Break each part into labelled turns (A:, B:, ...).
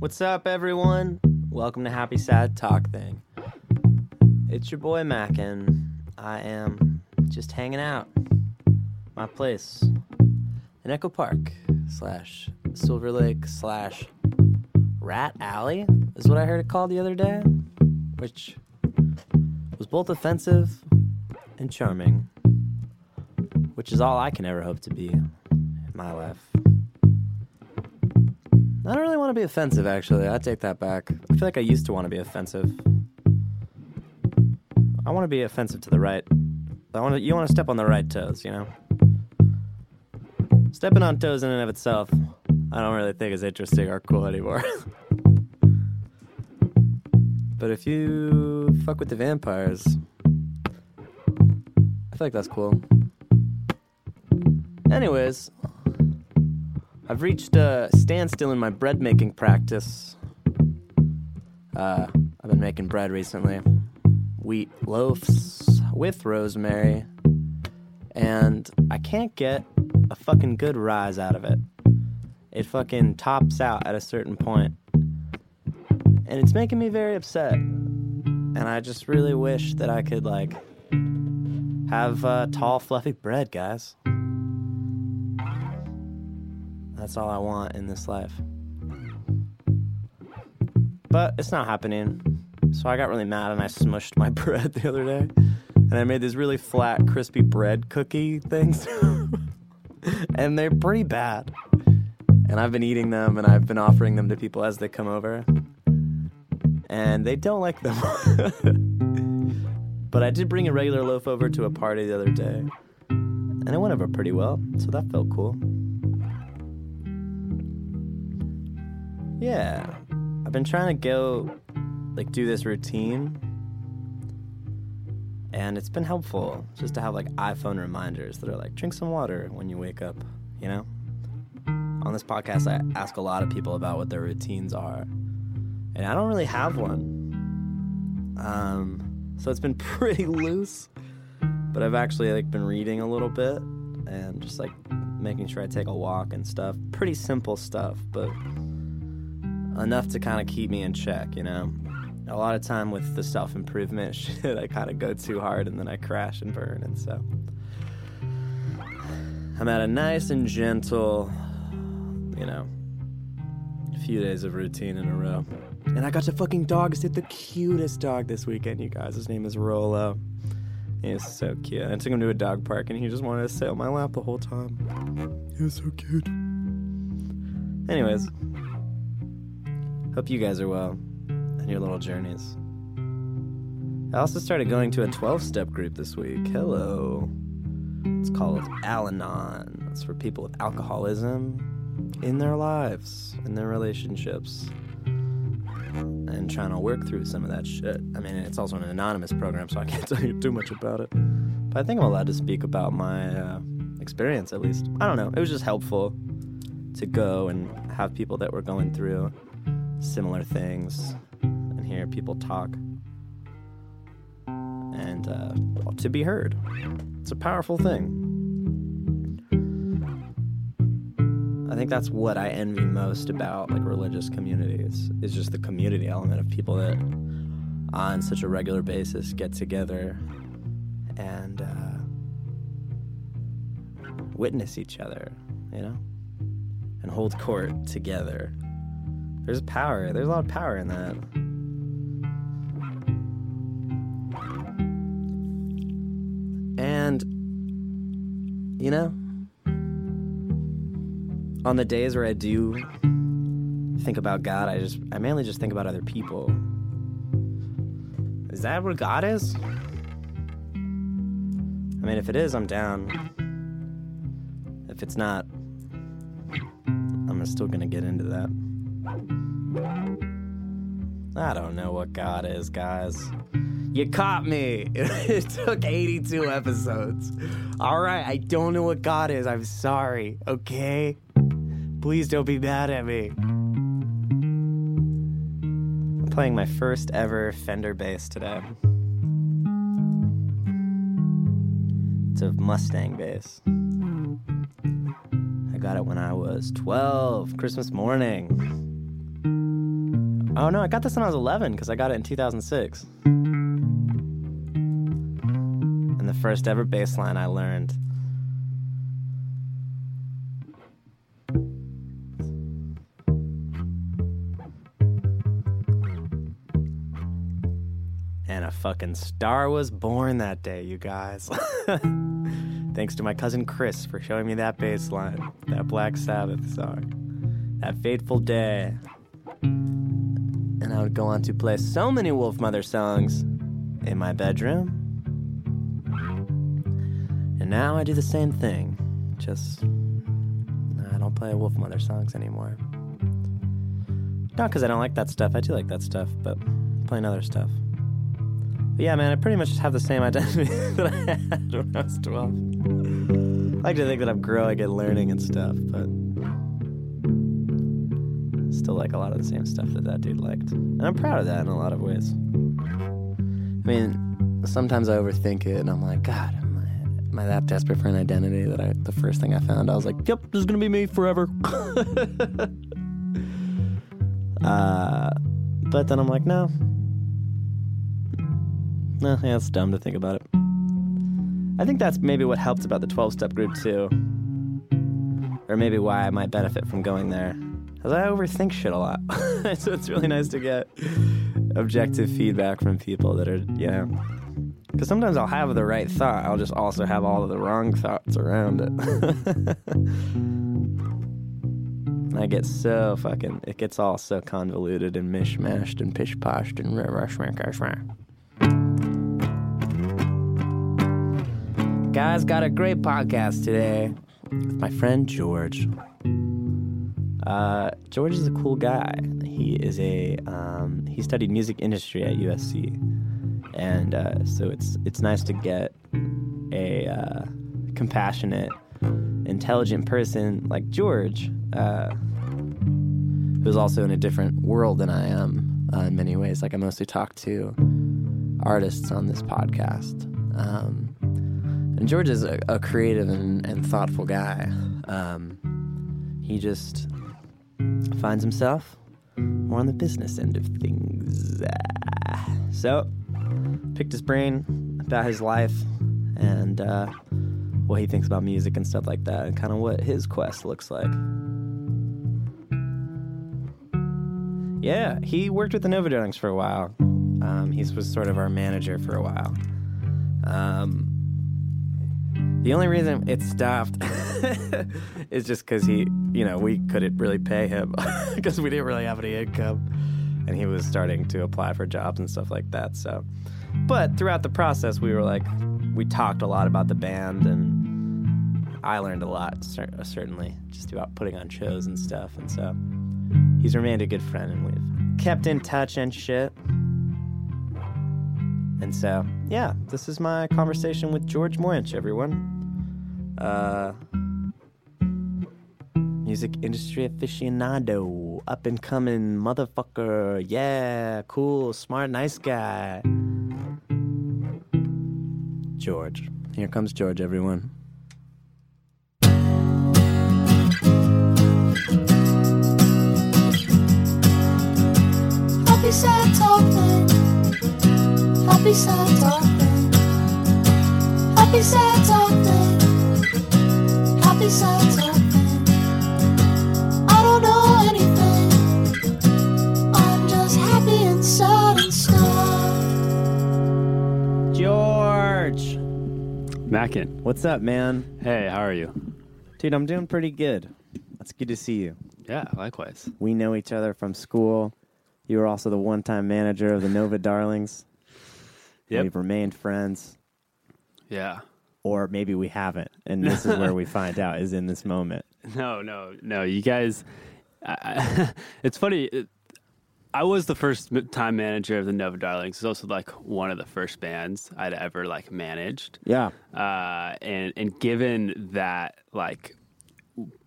A: What's up, everyone? Welcome to Happy Sad Talk Thing. It's your boy Mackin. I am just hanging out. My place in Echo Park slash Silver Lake slash Rat Alley is what I heard it called the other day, which was both offensive and charming, which is all I can ever hope to be in my life. I don't really want to be offensive, actually. I take that back. I feel like I used to want to be offensive. I want to be offensive to the right. I want to, you want to step on the right toes, you know? Stepping on toes in and of itself, I don't really think is interesting or cool anymore. but if you fuck with the vampires, I feel like that's cool. Anyways, I've reached a standstill in my bread making practice. Uh, I've been making bread recently wheat loaves with rosemary, and I can't get a fucking good rise out of it. It fucking tops out at a certain point, and it's making me very upset. And I just really wish that I could, like, have uh, tall, fluffy bread, guys. That's all I want in this life. But it's not happening. So I got really mad and I smushed my bread the other day. And I made these really flat, crispy bread cookie things. and they're pretty bad. And I've been eating them and I've been offering them to people as they come over. And they don't like them. but I did bring a regular loaf over to a party the other day. And it went over pretty well. So that felt cool. Yeah. I've been trying to go, like, do this routine. And it's been helpful just to have, like, iPhone reminders that are like, drink some water when you wake up, you know? On this podcast, I ask a lot of people about what their routines are. And I don't really have one. Um, so it's been pretty loose. But I've actually, like, been reading a little bit and just, like, making sure I take a walk and stuff. Pretty simple stuff, but enough to kind of keep me in check, you know? A lot of time with the self improvement shit, I kind of go too hard and then I crash and burn, and so. I'm at a nice and gentle, you know, few days of routine in a row. And I got to fucking dog sit the cutest dog this weekend, you guys. His name is Rolo. He is so cute. I took him to a dog park and he just wanted to sit on my lap the whole time. He was so cute. Anyways, Hope you guys are well on your little journeys. I also started going to a 12 step group this week. Hello. It's called Al Anon. It's for people with alcoholism in their lives, in their relationships, and trying to work through some of that shit. I mean, it's also an anonymous program, so I can't tell you too much about it. But I think I'm allowed to speak about my uh, experience, at least. I don't know. It was just helpful to go and have people that were going through similar things and hear people talk and uh, to be heard. It's a powerful thing. I think that's what I envy most about like religious communities is just the community element of people that on such a regular basis get together and uh, witness each other, you know, and hold court together. There's power. There's a lot of power in that. And, you know, on the days where I do think about God, I just, I mainly just think about other people. Is that what God is? I mean, if it is, I'm down. If it's not, I'm still gonna get into that. I don't know what God is, guys. You caught me. It took 82 episodes. All right, I don't know what God is. I'm sorry, okay? Please don't be mad at me. I'm playing my first ever Fender bass today. It's a Mustang bass. I got it when I was 12, Christmas morning. Oh no, I got this when I was 11 because I got it in 2006. And the first ever bass line I learned. And a fucking star was born that day, you guys. Thanks to my cousin Chris for showing me that bass line, that Black Sabbath song, that fateful day and I would go on to play so many Wolf Mother songs in my bedroom. And now I do the same thing, just I don't play Wolf Mother songs anymore. Not because I don't like that stuff, I do like that stuff, but I'm playing other stuff. But yeah, man, I pretty much have the same identity that I had when I was 12. I like to think that I'm growing and learning and stuff, but still like a lot of the same stuff that that dude liked. And I'm proud of that in a lot of ways. I mean, sometimes I overthink it and I'm like, God, am I, am I that desperate for an identity that I, the first thing I found, I was like, yep, this is going to be me forever. uh, but then I'm like, no. No, yeah, it's dumb to think about it. I think that's maybe what helped about the 12 step group too. Or maybe why I might benefit from going there. Because I overthink shit a lot. so it's really nice to get objective feedback from people that are, you know. Because sometimes I'll have the right thought, I'll just also have all of the wrong thoughts around it. And I get so fucking, it gets all so convoluted and mishmashed and pish poshed and rah rah shrank Guys, got a great podcast today with my friend George. Uh, George is a cool guy. He is a um, he studied music industry at USC, and uh, so it's it's nice to get a uh, compassionate, intelligent person like George, uh, who's also in a different world than I am uh, in many ways. Like I mostly talk to artists on this podcast. Um, and George is a, a creative and, and thoughtful guy. Um, he just finds himself more on the business end of things. Ah. So, picked his brain about his life and uh, what he thinks about music and stuff like that, and kind of what his quest looks like. Yeah, he worked with the Nova Novodones for a while. Um, he was sort of our manager for a while. Um, the only reason it stopped is just because he, you know, we couldn't really pay him because we didn't really have any income. And he was starting to apply for jobs and stuff like that. So, but throughout the process, we were like, we talked a lot about the band, and I learned a lot, cer- uh, certainly, just about putting on shows and stuff. And so, he's remained a good friend, and we've kept in touch and shit. And so, yeah, this is my conversation with George Moyench, everyone. Uh, music industry aficionado, up and coming motherfucker. Yeah, cool, smart, nice guy. George. Here comes George, everyone.
B: Happy sad talking. Happy sad talking. Happy sad talking. Happy sad talking. I don't know anything. I'm just happy and sad and stuff.
A: George!
C: Mackin.
A: What's up, man?
C: Hey, how are you?
A: Dude, I'm doing pretty good. It's good to see you.
C: Yeah, likewise.
A: We know each other from school. You were also the one time manager of the Nova Darlings.
C: Yep.
A: We've remained friends.
C: Yeah.
A: or maybe we haven't and this is where we find out is in this moment
C: No, no, no. You guys, I, I, it's funny. It, I was the first m- time manager of the Nova Darlings. It's also like one of the first bands I'd ever like managed.
A: yeah
C: Uh, and and given that like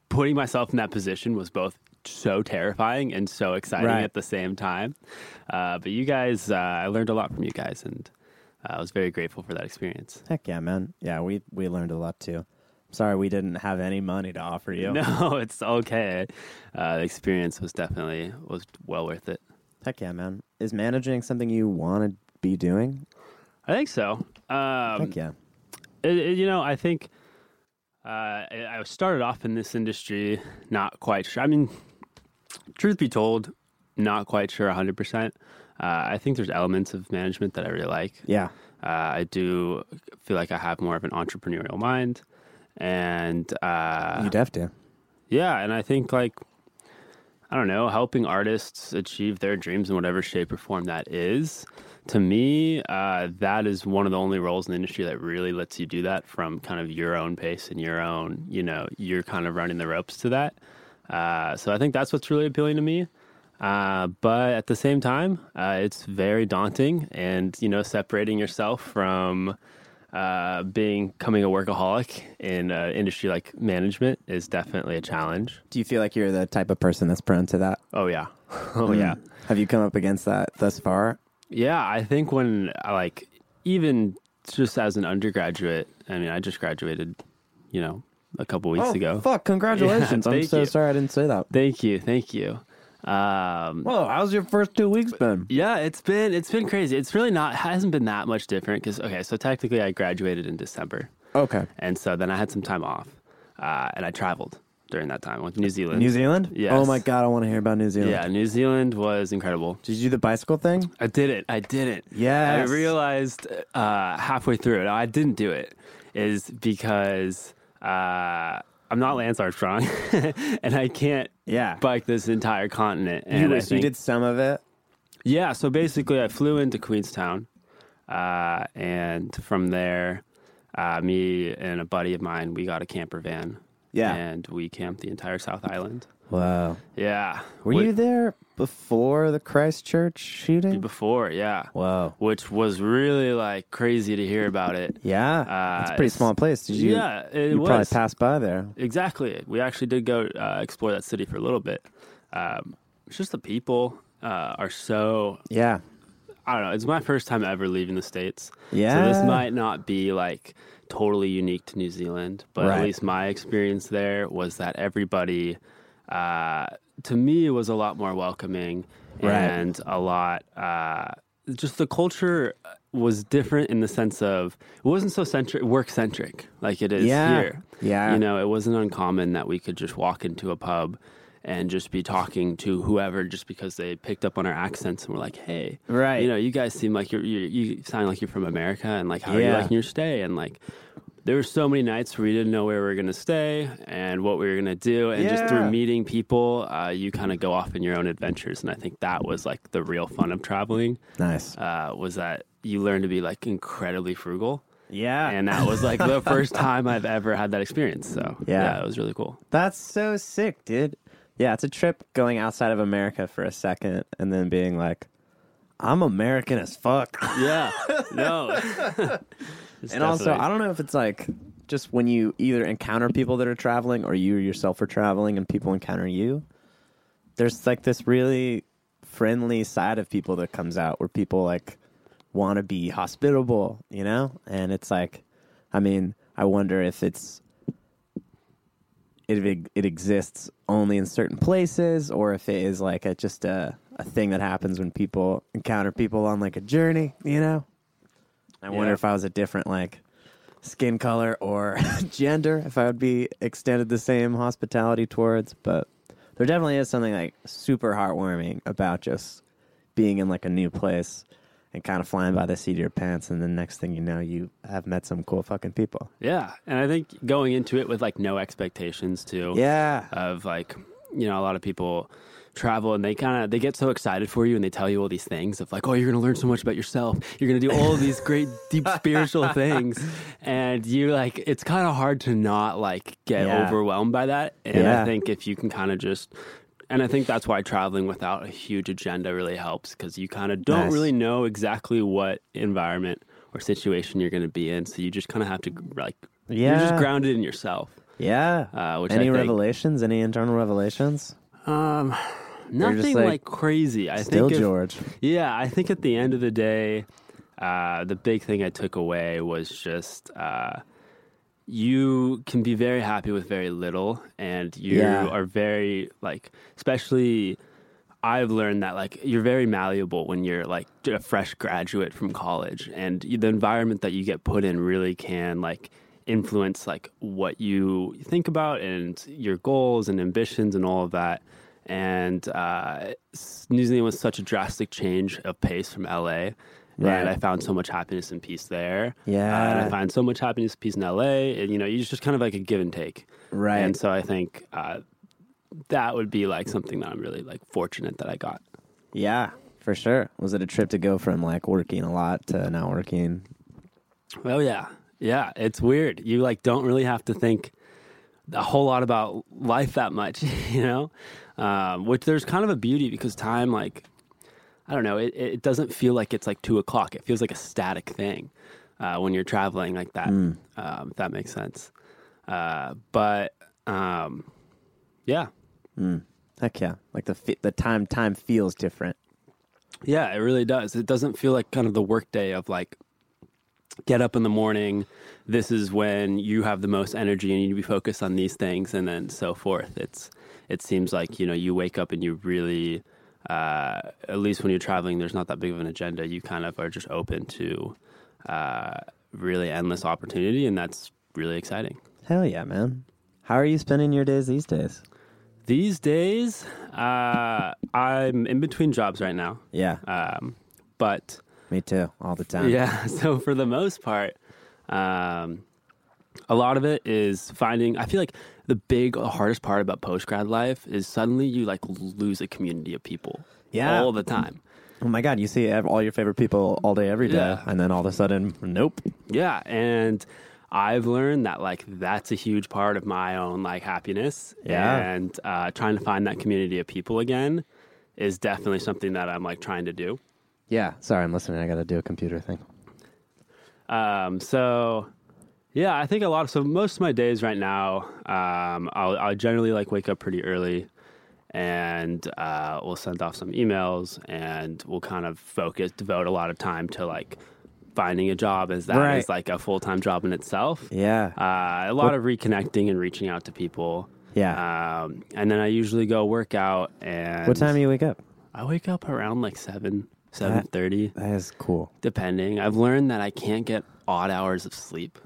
C: putting myself in that position was both so terrifying and so exciting
A: Right.
C: at the same time. Uh, but you guys, uh, I learned a lot from you guys, and uh, I was very grateful for that experience.
A: heck yeah man yeah we we learned a lot too I'm sorry we didn't have any money to offer you
C: No, it's okay. Uh, the experience was definitely was well worth it.
A: Heck yeah, man. Is managing something you want to be doing?
C: I think so. Um,
A: Heck yeah.
C: it, it- you know, I think uh, I I started off in this industry not quite sure. I mean, truth be told, not quite sure 100%. Uh, I think there's elements of management that I really like.
A: Yeah.
C: Uh, I do feel like I have more of an entrepreneurial mind. And uh,
A: You'd have to.
C: yeah, and I think like I don't know, helping artists achieve their dreams in whatever shape or form that is. To me, uh, that is one of the only roles in the industry that really lets you do that from kind of your own pace and your own, you know, you're kind of running the ropes to that. Uh, so I think that's what's really appealing to me. Uh, but at the same time, uh, it's very daunting, and you know, separating yourself from uh, being becoming a workaholic in uh, industry like management is definitely a challenge.
A: Do you feel like you're the type of person that's prone to that?
C: Oh yeah, oh yeah,
A: Have you come up against that thus far?
C: yeah. I think when I like even just as an undergraduate, I mean, I just graduated, you know, a couple weeks ago.
A: Oh, fuck! Congratulations.
C: Yeah,
A: I'm
C: thank
A: so
C: you.
A: sorry I didn't say that.
C: Thank you, thank you. Um,
A: Whoa! How's your first two weeks been?
C: Yeah, it's been it's been crazy. It's really not hasn't been that much different because okay, so technically I graduated in December,
A: Okay.
C: and so then I had some time off, uh, and I traveled during that time. I went to New Zealand.
A: New Zealand?
C: Yes.
A: Oh my god, I want to hear about New Zealand.
C: Yeah, New Zealand was incredible.
A: Did you do the bicycle thing?
C: I did it. I did it.
A: Yes.
C: I realized uh, halfway through it, I didn't do it, is because uh, I'm not Lance Armstrong, and I can't
A: Yeah.
C: bike this entire continent.
A: you,
C: And I
A: you
C: think-
A: did some of it.
C: Yeah, so basically, I flew into Queenstown, uh, and from there, uh, me and a buddy of mine, we got a camper van.
A: Yeah.
C: and we camped the entire South Island.
A: Wow.
C: Yeah,
A: Were you there before the Christchurch shooting?
C: before? Yeah,
A: Wow.
C: which was really like crazy to hear about it.
A: Yeah.
C: Uh,
A: it's a pretty
C: it's-
A: small place. Did you?
C: yeah, it
A: you probably
C: was
A: passed by there.
C: exactly. We actually did go uh, explore that city for a little bit. Um, it's just the people uh, are so
A: Yeah.
C: I don't know. It's my first time ever leaving the states.
A: Yeah.
C: So this might not be like totally unique to New Zealand, but
A: Right.
C: at least my experience there was that everybody, uh, to me, was a lot more welcoming
A: Right.
C: and a lot. Uh, just the culture was different in the sense of it wasn't so centric, work centric like it is
A: Yeah.
C: here.
A: Yeah.
C: You know, it wasn't uncommon that we could just walk into a pub and just be talking to whoever just because they picked up on our accents and were like, "Hey,
A: Right.
C: You know, you guys seem like you're, you you sound like you're from America, and like how are you
A: Yeah.
C: liking your stay?" And like, there were so many nights where we didn't know where we were gonna stay and what we were gonna do, and just
A: Yeah.
C: through meeting people, uh, you kind of go off in your own adventures, and I think that was like the real fun of traveling
A: Nice.
C: uh, was that you learn to be like incredibly frugal.
A: yeah.
C: And that was like the first time I've ever had that experience. So
A: Yeah.
C: it was really cool.
A: That's so sick, dude. Yeah, it's a trip going outside of America for a second and then being like, I'm American as fuck.
C: Yeah. No.
A: and also, I don't know if it's like just when you either encounter people that are traveling or you yourself are traveling and people encounter you, there's like this really friendly side of people that comes out where people like want to be hospitable, you know? And it's like, I mean, I wonder if it's. It, ex- it exists only in certain places, or if it is like a, just a, a thing that happens when people encounter people on like a journey, you know? I wonder
C: Yeah.
A: if I was a different like skin color or gender, if I would be extended the same hospitality towards. But there definitely is something like super heartwarming about just being in like a new place and kind of flying by the seat of your pants, and the next thing you know, you have met some cool fucking people.
C: Yeah. And I think going into it with like no expectations too.
A: Yeah,
C: Of like, you know, a lot of people travel and they kind of they get so excited for you and they tell you all these things of like oh you're going to learn so much about yourself you're going to do all these great deep spiritual things and you like it's kind of hard to not like get
A: Yeah.
C: overwhelmed by that and
A: Yeah.
C: i think if you can kind of just and i think that's why traveling without a huge agenda really helps cuz you kind of don't
A: Nice.
C: really know exactly what environment or situation you're going to be in so you just kind of have to like you're
A: Yeah.
C: just grounded in yourself
A: yeah.
C: uh, which
A: any
C: I think,
A: revelations? Any internal revelations?
C: um,
A: just
C: nothing
A: like,
C: like, crazy. I
A: Still,
C: think. if-
A: George.
C: yeah, I think at the end of the day, uh, the big thing I took away was just uh, you can be very happy with very little, and you
A: Yeah.
C: are very like, especially. I've learned that like you're very malleable when you're like a fresh graduate from college, and the environment that you get put in really can like influence like what you think about and your goals and ambitions and all of that. And uh, s- New Zealand was such a drastic change of pace from LA.
A: Right.
C: And I found so much happiness and peace there.
A: Yeah.
C: Uh, and I find so much happiness and peace in LA. And, you know, it's just kind of like a give and take.
A: Right.
C: And so I think uh, that would be like something that I'm really like fortunate that I got.
A: Yeah, for sure. Was it a trip to go from like working a lot to not working?
C: Oh yeah, yeah. It's weird. You like don't really have to think a whole lot about life that much, you know. Um, which there's kind of a beauty because time, like, I don't know, it, it doesn't feel like it's like two o'clock. It feels like a static thing uh, when you're traveling like that. Um, if that makes sense. Uh, but um, yeah,
A: Heck yeah! Like the fe- the time time feels different.
C: Yeah, it really does. It doesn't feel like kind of the workday of like get up in the morning. This is when you have the most energy and you need to be focused on these things, and then so forth. It's it seems like you know you wake up and you really, uh, at least when you're traveling, there's not that big of an agenda. You kind of are just open to uh, really endless opportunity, and that's really exciting.
A: Hell yeah, man! How are you spending your days these days?
C: These days, uh, I'm in between jobs right now,
A: Yeah,
C: um, but.
A: me too. All the time.
C: Yeah. So for the most part, um, a lot of it is finding. I feel like the big hardest part about post grad life is suddenly you like lose a community of people.
A: Yeah.
C: All the time.
A: Oh my god, you see ev- all your favorite people all day, every day,
C: Yeah.
A: and then all of a sudden, nope.
C: Yeah. And I've learned that like that's a huge part of my own like happiness.
A: Yeah.
C: And uh, trying to find that community of people again is definitely something that I'm like trying to do.
A: Yeah. Sorry, I'm listening. I got to do a computer thing.
C: Um, so yeah, I think a lot of so most of my days right now, um, I'll, I'll generally like wake up pretty early and uh, we'll send off some emails and we'll kind of focus, devote a lot of time to like finding a job as that is
A: Right.
C: like a full time job in itself.
A: Yeah.
C: Uh, a lot of reconnecting and reaching out to people.
A: yeah.
C: Um, and then I usually go work out and
A: what time do you wake up?
C: I wake up around like seven, seven thirty
A: That is cool.
C: depending. I've learned that I can't get odd hours of sleep.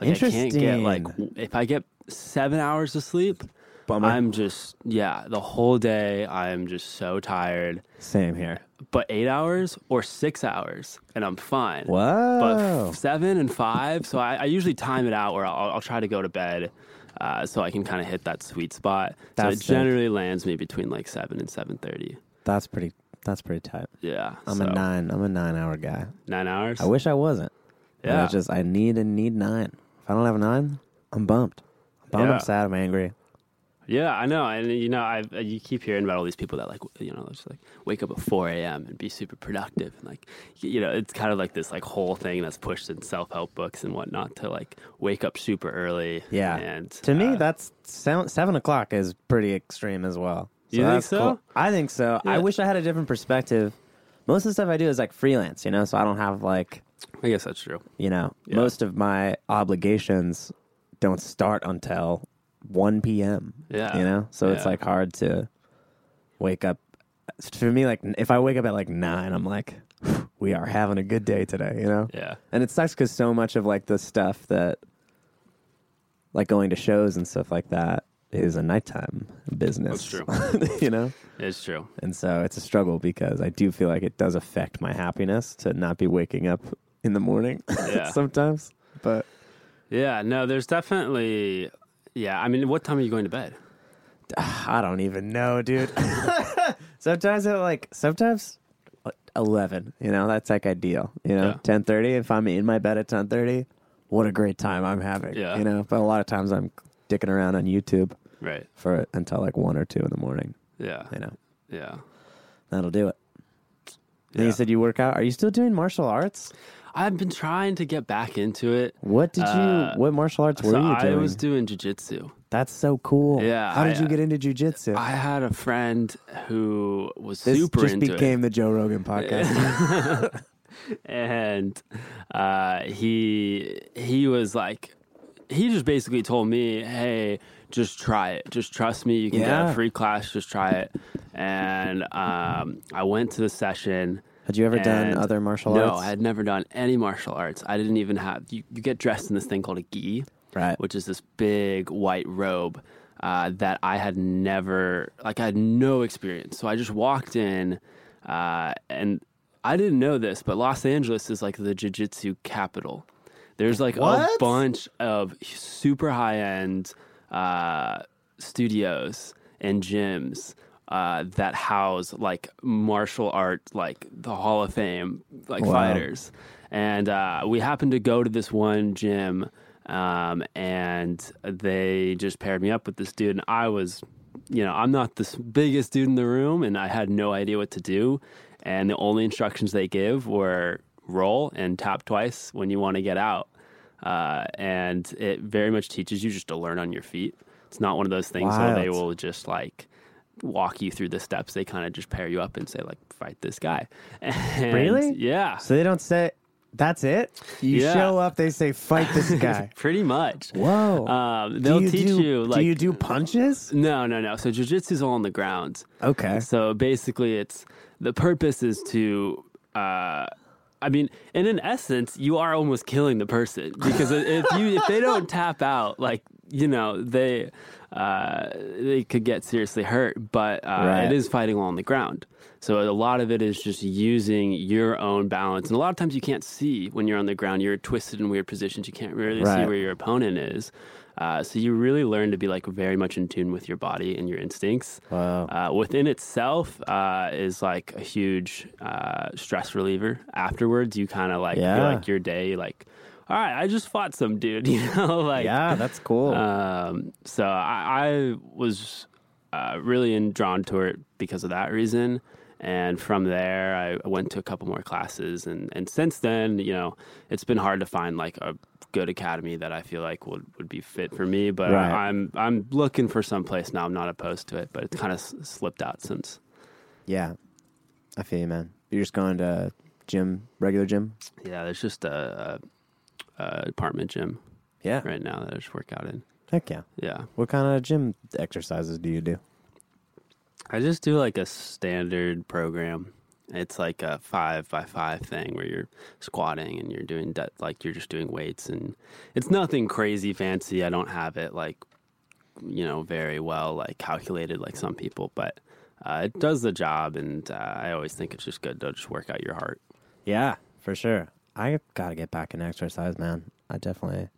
C: Like I can't get
A: Interesting.
C: like w- if I get seven hours of sleep,
A: Bummer.
C: I'm just yeah the whole day I'm just so tired.
A: Same here.
C: But eight hours or six hours, and I'm fine. But
A: Whoa.
C: f- seven and five, so I, I usually time it out where I'll, I'll try to go to bed. Uh, so I can kind of hit that sweet spot.
A: That's
C: so it
A: sick.
C: generally lands me between like seven and seven thirty.
A: that's pretty. That's pretty tight.
C: Yeah,
A: I'm
C: so
A: a nine. I'm a nine hour guy.
C: nine hours.
A: I wish I wasn't.
C: Yeah.
A: I was just I need and need nine. If I don't have a nine, I'm bumped. I'm bummed.
C: Yeah.
A: I'm sad. I'm angry.
C: Yeah, I know, and you know, I you keep hearing about all these people that like you know just like wake up at four a.m. and be super productive, and like y- you know, it's kind of like this like whole thing that's pushed in self help books and whatnot to like wake up super early.
A: Yeah.
C: and
A: to me,
C: uh,
A: that's seven, seven o'clock is pretty extreme as well. So
C: You think
A: that's
C: so?
A: I think so. I
C: Yeah.
A: wish I had a different perspective. Most of the stuff I do is like freelance, you know, so I don't have like
C: I guess that's true.
A: you know most of my obligations don't start until one p.m.
C: Yeah.
A: you know, so it's
C: Ah, Yeah.
A: like hard to wake up. For me, like if I wake up at like nine, I'm like, we are having a good day today, you know.
C: Yeah,
A: And it sucks because so much of like the stuff that, like going to shows and stuff like that, is a nighttime business. true. you know,
C: it's true.
A: and so it's a struggle because I do feel like it does affect my happiness to not be waking up in the morning
C: Yeah.
A: sometimes. But
C: Yeah, no, there's definitely. Yeah, I mean, what time are you going to bed?
A: I don't even know, dude. sometimes it like sometimes. 11 you know that's like ideal you know
C: Yeah.
A: 10.30 if i'm in my bed at 10.30 what a great time i'm having
C: Yeah.
A: you know but a lot of times i'm dicking around on youtube
C: Right.
A: for until like 1 or 2 in the morning
C: Yeah.
A: you know
C: Yeah.
A: that'll do it then
C: Yeah.
A: you said you work out are you still doing martial arts
C: I've been trying to get back into it.
A: what did you
C: Uh,
A: what martial arts were
C: so
A: you doing
C: I was doing jujitsu.
A: That's so cool.
C: Yeah,
A: How did
C: I- uh,
A: you get into jujitsu?
C: I had a friend who was
A: This
C: super
A: just
C: into it.
A: became the Joe Rogan podcast.
C: and uh, he he was like he just basically told me, "Hey, just try it. Just trust me. You can get
D: Yeah.
C: a free class. Just try it. And um, I went to the session.
D: Had you ever done
C: and-
D: other martial
C: no,
D: arts?
C: I had never done any martial arts. I didn't even have. You, you get dressed in this thing called a gi,
D: Right.
C: Which is this big white robe uh, that I had never, like, I had no experience. So I just walked in, uh, and I didn't know this, but Los Angeles is like the jiu-jitsu capital. There's like a
D: What?
C: bunch of super high end uh, studios and gyms uh, that house like martial art, like the Hall of Fame, like
D: Wow.
C: fighters. And uh, we happened to go to this one gym, um, and they just paired me up with this dude, and I was. You know, I'm not the s- biggest dude in the room, and I had no idea what to do. And the only instructions they give were roll and tap twice when you want to get out uh, and it very much teaches you just to learn on your feet. It's not one of those things where they
D: Wild.
C: will just like walk you through the steps. They kind of just pair you up and say like, fight this guy. And
A: Really?
C: Yeah.
A: So they don't say that's it. You
C: Yeah.
A: show up, they say fight this guy.
C: Pretty much.
A: Whoa.
C: Um,
A: Do
C: they'll
A: you
C: teach
A: do-
C: you
A: do
C: like
A: you do punches?
C: no, no, no. So jujitsu's all on the ground.
A: Okay.
C: So basically, it's the purpose is to. Uh, I mean, and in essence, you are almost killing the person because if you if they don't tap out, like you know, they uh, they could get seriously hurt. But uh,
D: Right.
C: it is fighting on the ground, so a lot of it is just using your own balance. And a lot of times, you can't see when you're on the ground. You're twisted in weird positions. You can't really see
D: Right.
C: where your opponent is. Uh, so you really learn to be like very much in tune with your body and your instincts
D: Wow.
C: uh, within itself uh, is like a huge uh, stress reliever. Afterwards, you kind of like feel
A: Yeah.
C: like your day, like, all right, I just fought some dude, you know, like,
A: Yeah, that's cool.
C: um, so I, I was uh, really in, drawn to it because of that reason. And from there, I- I went to a couple more classes, and, and since then, you know, it's been hard to find like a good academy that I feel like would, would be fit for me. But
D: Right.
C: I'm I'm looking for some place now. I'm not opposed to it, but it's kind of s- slipped out since.
D: yeah. I feel you, man. You're just going to gym, regular gym?
C: Yeah, there's just a, a, a apartment gym
D: Yeah.
C: right now that I just work out in.
D: Heck yeah.
C: Yeah,
D: What kind of gym exercises do you do?
C: I just do like a standard program. It's like a five by five thing where you're squatting and you're doing de- like you're just doing weights and it's nothing crazy fancy. I don't have it like you know very well like calculated like some people, but uh, it does the job. And uh, I always think it's just good to just work out your heart.
A: yeah.
D: For sure. I gotta get back in exercise, man. I definitely.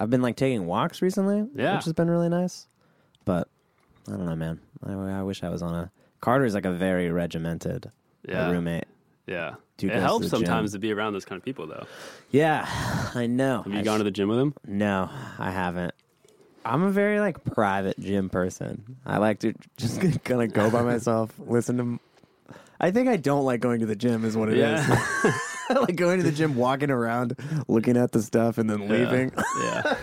D: I've been like taking walks recently,
C: Yeah.
D: which has been really nice. But I don't know, man. I, I wish I was on a. Carter's like a very regimented my
C: Yeah,
D: roommate.
C: yeah.
D: Dude
C: it
D: goes to
C: helps
D: the gym.
C: sometimes to be around those kind of people though.
D: Yeah, I know.
C: Have you
D: I
C: gone to the gym with them?
D: No, I haven't. I'm a very like private gym person. I like to just kind of go by myself, listen to. m- I think I don't like going to the gym, is what it is. I like going to the gym, walking around, looking at the stuff, and then leaving.
C: yeah.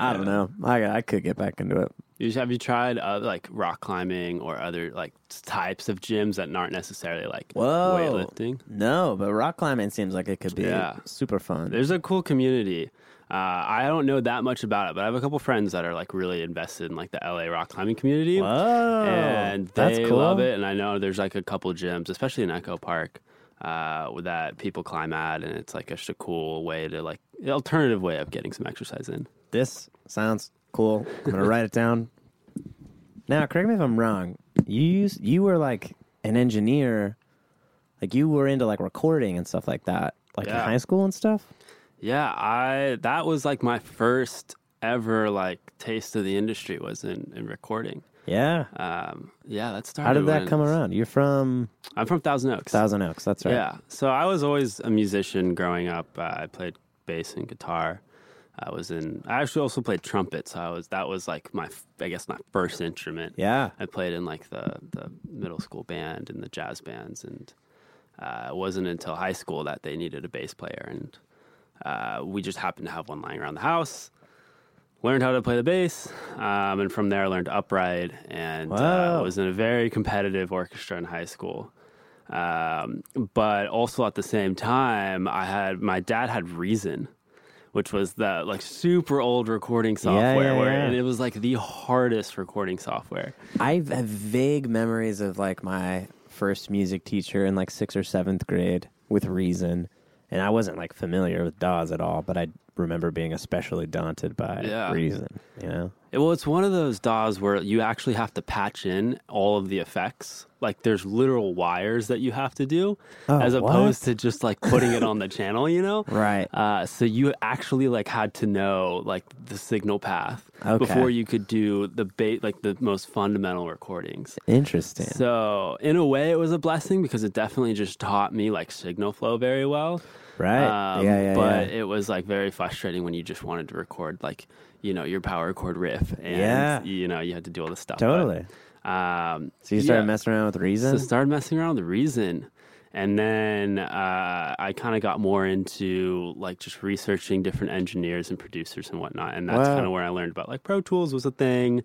D: I don't know. I I could get back into it.
C: You, have you tried uh, like rock climbing or other like types of gyms that aren't necessarily like
D: Whoa.
C: weightlifting?
D: No, but rock climbing seems like it could be
C: Yeah.
D: super fun.
C: There's a cool community. Uh, I don't know that much about it, but I have a couple friends that are like really invested in like the LA rock climbing community,
D: Whoa,
C: and
D: that's
C: they
D: cool.
C: love it. And I know there's like a couple gyms, especially in Echo Park, uh, that people climb at, and it's like just a cool way to like alternative way of getting some exercise in.
D: This sounds cool. I'm gonna write it down. Now, correct me if I'm wrong. You used, you were like an engineer, like you were into like recording and stuff like that, like
C: Yeah.
D: in high school and stuff.
C: Yeah, I that was like my first ever like taste of the industry was in, in recording.
D: Yeah.
C: Um, yeah, that started.
D: How did that
C: when-
D: come around? You're from
C: I'm from Thousand Oaks.
D: Thousand Oaks. That's right.
C: Yeah, so I was always a musician growing up. Uh, I played bass and guitar. I was in. I actually also played trumpet. So I was that was like my f- I guess my first instrument.
D: Yeah.
C: I played in like the the middle school band and the jazz bands, and uh, it wasn't until high school that they needed a bass player, and uh, we just happened to have one lying around the house. Learned how to play the bass, um, and from there I learned upright, and uh,
D: Wow.
C: was in a very competitive orchestra in high school. Um, but also at the same time, I had my dad had Reason, which was that like super old recording software
A: yeah,
C: where
A: yeah.
C: and it was like the hardest recording software.
D: I have vague memories of like my first music teacher in like sixth or seventh grade with Reason, and I wasn't like familiar with DAWs at all, but I remember being especially daunted by
C: Yeah.
D: Reason. You know,
C: It- well, it's one of those DAWs where you actually have to patch in all of the effects. Like there's literal wires that you have to do
A: Oh,
C: as
A: what?
C: opposed to just like putting it on the channel, you know?
D: right?
C: Uh, so you actually like had to know like the signal path
D: Okay.
C: before you could do the bait like the most fundamental recordings.
D: Interesting.
C: So in a way, it was a blessing because it definitely just taught me like signal flow very well.
D: right?
C: Um,
D: yeah, yeah,
C: but
D: yeah.
C: it was like very frustrating when you just wanted to record like you know your power chord riff and
D: Yeah.
C: you know you had to do all this stuff. But,
D: Totally.
C: um,
D: So you started
C: yeah.
D: messing around with Reason.
C: So started messing around with Reason. And then uh, I kind of got more into like just researching different engineers and producers and whatnot. And that's
A: Wow.
C: kind of where I learned about like Pro Tools was a thing.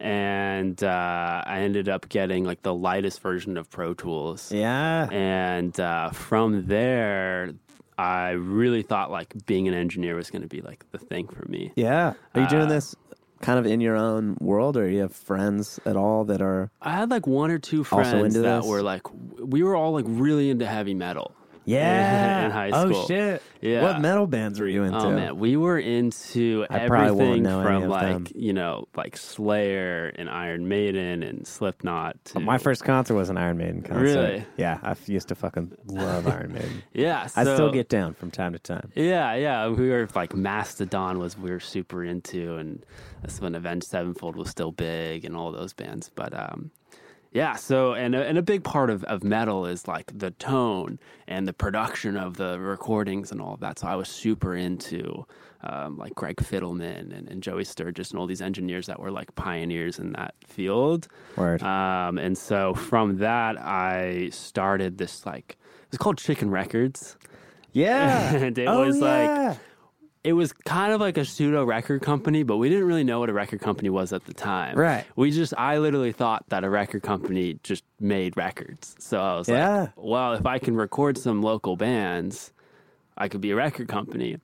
C: And uh, I ended up getting like the lightest version of Pro Tools.
A: Yeah.
C: And uh, from there, I really thought like being an engineer was going to be like the thing for me.
A: Yeah. Are you
C: Uh,
A: doing this kind of in your own world or you have friends at all that are
C: I had like one or two
A: Also
C: friends
A: into
C: that
A: this?
C: were like, w- we were all like really into heavy metal. in high school.
A: Oh shit.
C: Yeah.
A: What metal bands were you into?
C: Oh man, we were into
A: I probably won't
C: everything
A: know any
C: from
A: of
C: like
A: them.
C: you know like Slayer and Iron Maiden and Slipknot. To,
A: My first concert was an Iron Maiden concert.
C: Really?
A: Yeah, I f- used to fucking love Iron Maiden.
C: yeah,
A: I still
C: so-
A: get down from time to time.
C: yeah, yeah. We were like Mastodon was we were super into, and that's when Avenged Sevenfold was still big and all those bands. But um, yeah, so and a, and a big part of, of metal is like the tone and the production of the recordings and all of that. So I was super into um, like Greg Fiddleman and, and Joey Sturgis and all these engineers that were like pioneers in that field.
A: Word.
C: Um, and so from that, I started this like it's called Chicken Records.
A: yeah.
C: And it
A: oh,
C: was like-
A: yeah.
C: It was kind of like a pseudo record company, but we didn't really know what a record company was at the time.
A: Right.
C: We just, I literally thought that a record company just made records. So I was
A: Yeah.
C: like, well, if I can record some local bands, I could be a record company.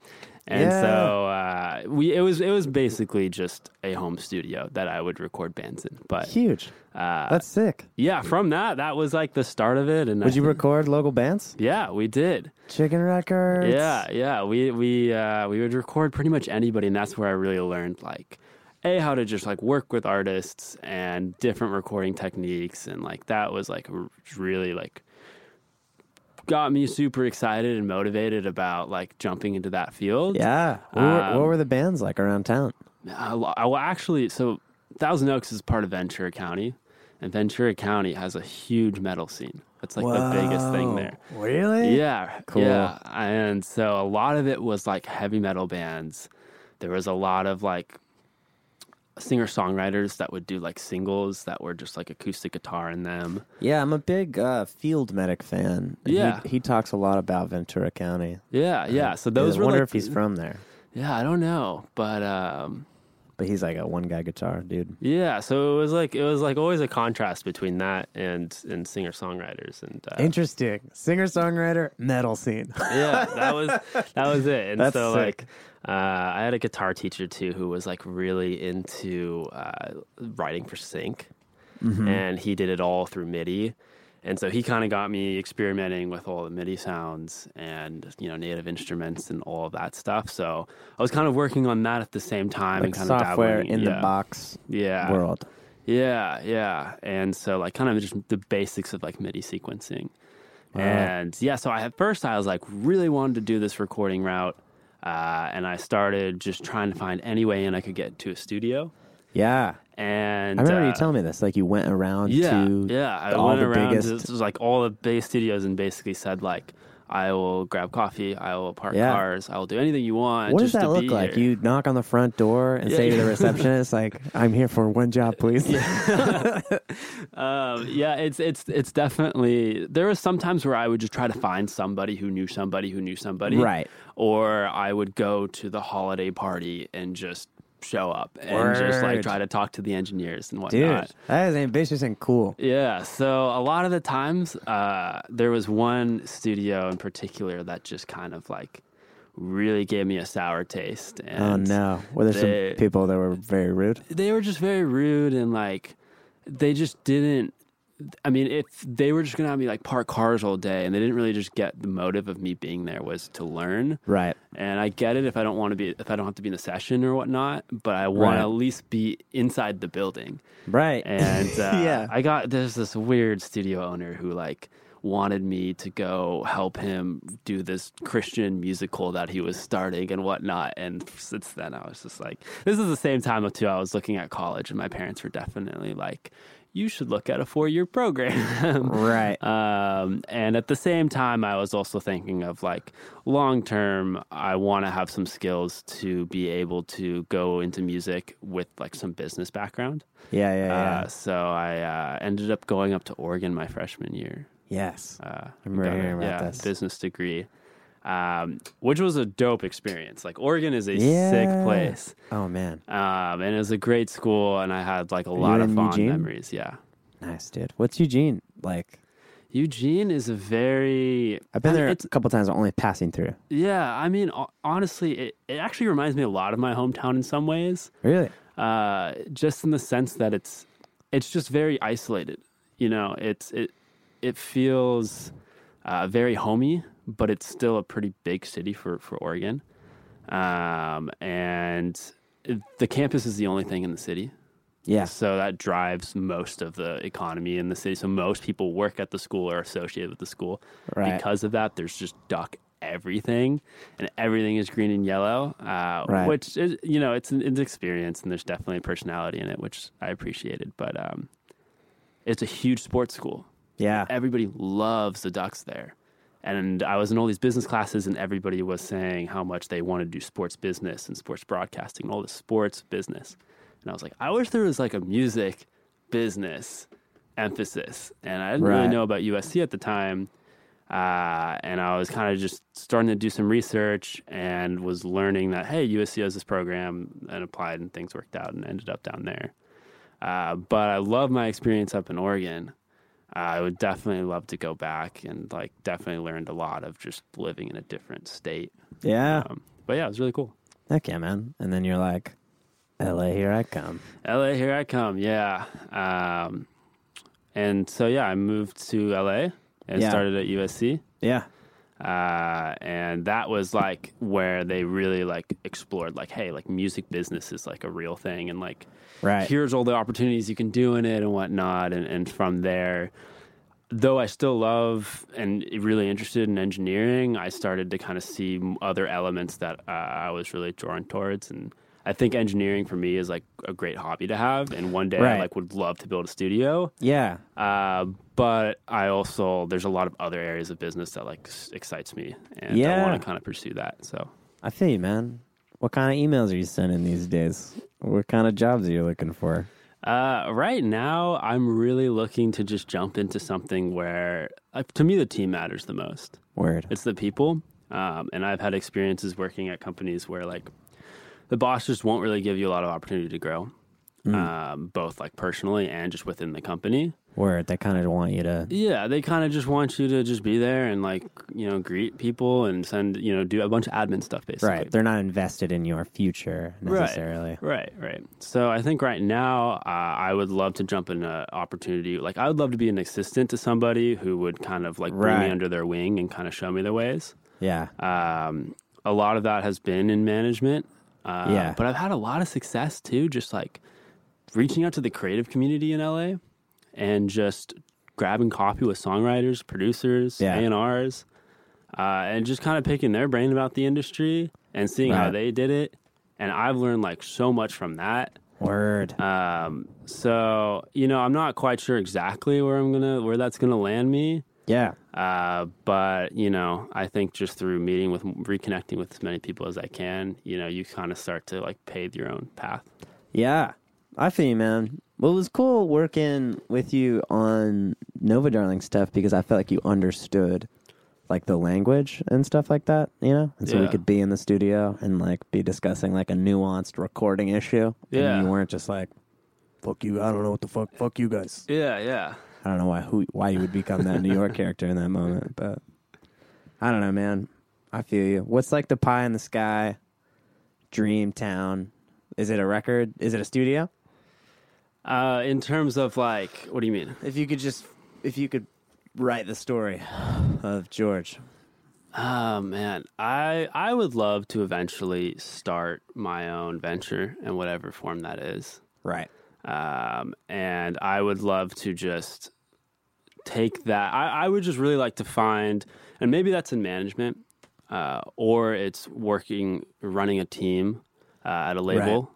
C: And
A: Yeah.
C: so uh, we, it was, it was basically just a home studio that I would record bands in. But
A: huge.
C: uh,
A: That's sick.
C: yeah, from that, that was like the start of it. And I
A: Would you
C: think-
A: record local bands?
C: Yeah, we did.
A: Chicken Records.
C: Yeah, yeah. We we uh, we would record pretty much anybody, and that's where I really learned like a how to just like work with artists and different recording techniques, and like that was like r- really like got me super excited and motivated about like jumping into that field.
A: Yeah. What, were,
C: Um,
A: what were the bands like around town?
C: I, I well, actually so Thousand Oaks is part of Ventura County, and Ventura County has a huge metal scene. That's like the biggest thing there.
A: Really?
C: Yeah.
A: Cool.
C: Yeah. And so a lot of it was like heavy metal bands. There was a lot of like singer songwriters that would do like singles that were just like acoustic guitar in them.
A: Yeah, I'm a big uh, field medic fan. and
C: Yeah.
A: He, he talks a lot about Ventura County.
C: Yeah. Yeah. So those
A: Uh, I
C: were
A: wonder
C: like,
A: if he's from there.
C: yeah, I don't know. But, um,
A: But he's like a one guy guitar dude.
C: yeah, so it was like it was like always a contrast between that and and singer songwriters and uh,
A: Interesting. Singer songwriter, metal scene.
C: yeah, that was that was it. And
A: That's
C: so
A: sick.
C: like uh, I had a guitar teacher too who was like really into uh, writing for sync,
A: Mm-hmm.
C: and he did it all through MIDI. And so he kind of got me experimenting with all the MIDI sounds and you know native instruments and all of that stuff. So I was kind of working on that at the same time
A: like
C: and kind
A: software
C: of
A: in
C: dabbling yeah. Uh,
A: the box
C: yeah,
A: world.
C: yeah, yeah. And so like kind of just the basics of like MIDI sequencing. And yeah, so I at first I was like really wanted to do this recording route. Uh, and I started just trying to find any way in I could get to a studio.
A: Yeah.
C: And
A: I remember
C: uh,
A: you telling me this. Like you went around
C: yeah,
A: to
C: yeah. I
A: all
C: went
A: the
C: around.
A: biggest.
C: This was like all the base studios, and basically said like, "I will grab coffee. I will park
A: Yeah.
C: cars. I will do anything you want."
A: what does
C: just
A: that
C: to
A: look
C: be
A: like?
C: here."
A: You knock on the front door and
C: Yeah,
A: say to
C: yeah. Uh,
A: the receptionist, "Like I'm here for one job, please."
C: Um, yeah, it's it's it's definitely there was sometimes where I would just try to find somebody who knew somebody who knew somebody,
A: Right.
C: Or I would go to the holiday party and just show up and just like
A: Word.
C: try to talk to the engineers and
A: Dude,
C: whatnot.
A: that is ambitious and cool.
C: Yeah, so a lot of the times, uh, there was one studio in particular that just kind of like really gave me a sour taste. And
A: Oh no! Were there
C: they-
A: some people that were very rude?
C: they were just very rude and like they just didn't I mean, if they were just gonna have me like park cars all day and they didn't really just get the motive of me being there was to learn.
A: Right.
C: And I get it if I don't want to be if I don't have to be in the session or whatnot, but I want
A: Right.
C: to at least be inside the building.
A: Right.
C: And uh,
A: Yeah.
C: I got there's this weird studio owner who like wanted me to go help him do this Christian musical that he was starting and whatnot. And since then, I was just like, this is the same time too. I was looking at college, and my parents were definitely like, you should look at a four year program.
A: right.
C: Um, and at the same time, I was also thinking of like long term, I want to have some skills to be able to go into music with like some business background.
A: yeah. Yeah. Yeah.
C: Uh, so I uh, ended up going up to Oregon my freshman year.
A: yes.
C: Uh, I
A: remember hearing about
C: yeah,
A: this.
C: business degree, um, which was a dope experience. Like Oregon is a
A: Yeah.
C: sick place,
A: Oh man.
C: um, and it was a great school, and I had like a lot of
A: in
C: fond
A: Eugene?
C: memories. Yeah,
A: Nice, dude. What's Eugene like?
C: Eugene is a very
A: I've been
C: I mean,
A: there
C: it's-
A: a couple times, only passing through.
C: Yeah, I mean, ho- honestly, it, it actually reminds me a lot of my hometown in some ways,
A: Really?
C: uh, just in the sense that it's it's just very isolated. You know, it's it it feels uh, very homey, but it's still a pretty big city for for Oregon, um, and it- the campus is the only thing in the city.
A: Yeah.
C: So that drives most of the economy in the city. So most people work at the school or associated with the school.
A: Right.
C: Because of that, there's just duck everything, and everything is green and yellow. Uh,
A: Right.
C: Which is, you know, it's an, it's an experience, and there's definitely a personality in it, which I appreciated. But um, it's a huge sports school.
A: Yeah.
C: Everybody loves the Ducks there. And I was in all these business classes, and everybody was saying how much they want to do sports business and sports broadcasting and all this sports business. And I was like, I wish there was like a music business emphasis. And I didn't really
A: Right.
C: know about USC at the time. Uh, and I was kind of just starting to do some research and was learning that, hey, USC has this program and applied, and things worked out and ended up down there. Uh, but I love my experience up in Oregon. Uh, I would definitely love to go back and like definitely learned a lot of just living in a different state.
A: Yeah.
C: Um, but yeah, it was really cool.
A: Heck yeah, man. And then you're like, LA, here I come.
C: LA, here I come. Yeah. Um, and so yeah, I moved to LA and
A: Yeah.
C: started at USC.
A: Yeah.
C: Uh, and that was like where they really like explored like, hey, like music business is like a real thing, and like
A: Right.
C: here's all the opportunities you can do in it and whatnot. And, and from there, though I still love and really interested in engineering, I started to kind of see m- other elements that uh, I was really drawn towards. And I think engineering for me is like a great hobby to have. And one day I
A: Right.
C: like would love to build a studio.
A: yeah.
C: Uh, but I also, there's a lot of other areas of business that like s- excites me. And I
A: Yeah.
C: want to kind of pursue that. So.
A: I feel you, man. What kind of emails are you sending these days? What kind of jobs are you looking for?
C: Uh, right now, I'm really looking to just jump into something where, uh, to me, the team matters the most.
A: Word.
C: It's the people, um, and I've had experiences working at companies where like the boss just won't really give you a lot of opportunity to grow, um, both like personally and just within the company.
A: Word. They kind of want you to.
C: Yeah, they kind of just want you to just be there and like you know greet people and send you know do a bunch of admin stuff basically.
A: Right. They're not invested in your future necessarily.
C: Right, right. So I think right now uh, I would love to jump in an opportunity. Like I would love to be an assistant to somebody who would kind of like bring
A: Right.
C: me under their wing and kind of show me their ways.
A: Yeah.
C: Um, a lot of that has been in management. Uh,
A: Yeah.
C: But I've had a lot of success too, just like reaching out to the creative community in LA and just grabbing coffee with songwriters, producers,
A: Yeah.
C: A&Rs, uh, and just kind of picking their brain about the industry and seeing how
A: Right.
C: they did it. And I've learned like so much from that.
A: Word.
C: Um, so you know, I'm not quite sure exactly where I'm gonna where that's gonna land me.
A: yeah.
C: Uh, but you know, I think just through meeting with reconnecting with as many people as I can, you know, you kind of start to like pave your own path.
A: Yeah, I feel you, man. Well, it was cool working with you on Nova Darling stuff because I felt like you understood like the language and stuff like that, you know? And so we
C: Yeah.
A: could be in the studio and like be discussing like a nuanced recording issue.
C: Yeah.
A: And you weren't just like, fuck you, I don't know what the fuck, fuck you guys.
C: Yeah, yeah.
A: I don't know why who why you would become that New York character in that moment, but I don't know, man. I feel you. What's like the pie in the sky dream town? Is it a record? Is it a studio?
C: Uh, in terms of like, what do you mean?
A: If you could just, if you could write the story of George,
C: Oh man, I I would love to eventually start my own venture in whatever form that is.
A: right?
C: um, and I would love to just take that. I, I would just really like to find, and maybe that's in management, uh, or it's working, running a team uh, at a label,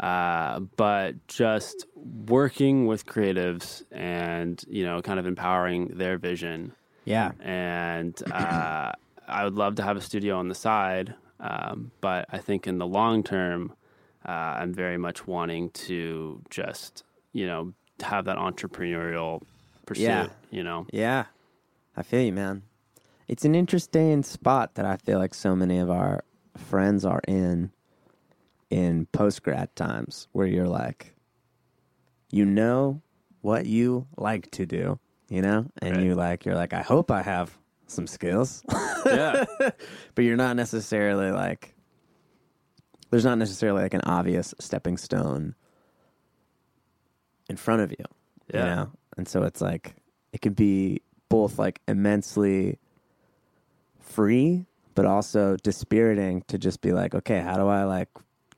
C: uh, but just working with creatives and you know, kind of empowering their vision.
A: Yeah,
C: And uh, I would love to have a studio on the side, um, but I think in the long term uh, I'm very much wanting to just, you know, have that entrepreneurial pursuit,
A: Yeah.
C: you know.
A: yeah. I feel you, man. It's an interesting spot that I feel like so many of our friends are in in post grad times, where you're like, you know what you like to do, you know, and
C: Right.
A: you like, you're like, I hope I have some skills.
C: Yeah.
A: but you're not necessarily like there's not necessarily like an obvious stepping stone in front of you
C: Yeah.
A: you know and so it's like it could be both like immensely free but also dispiriting to just be like okay how do i like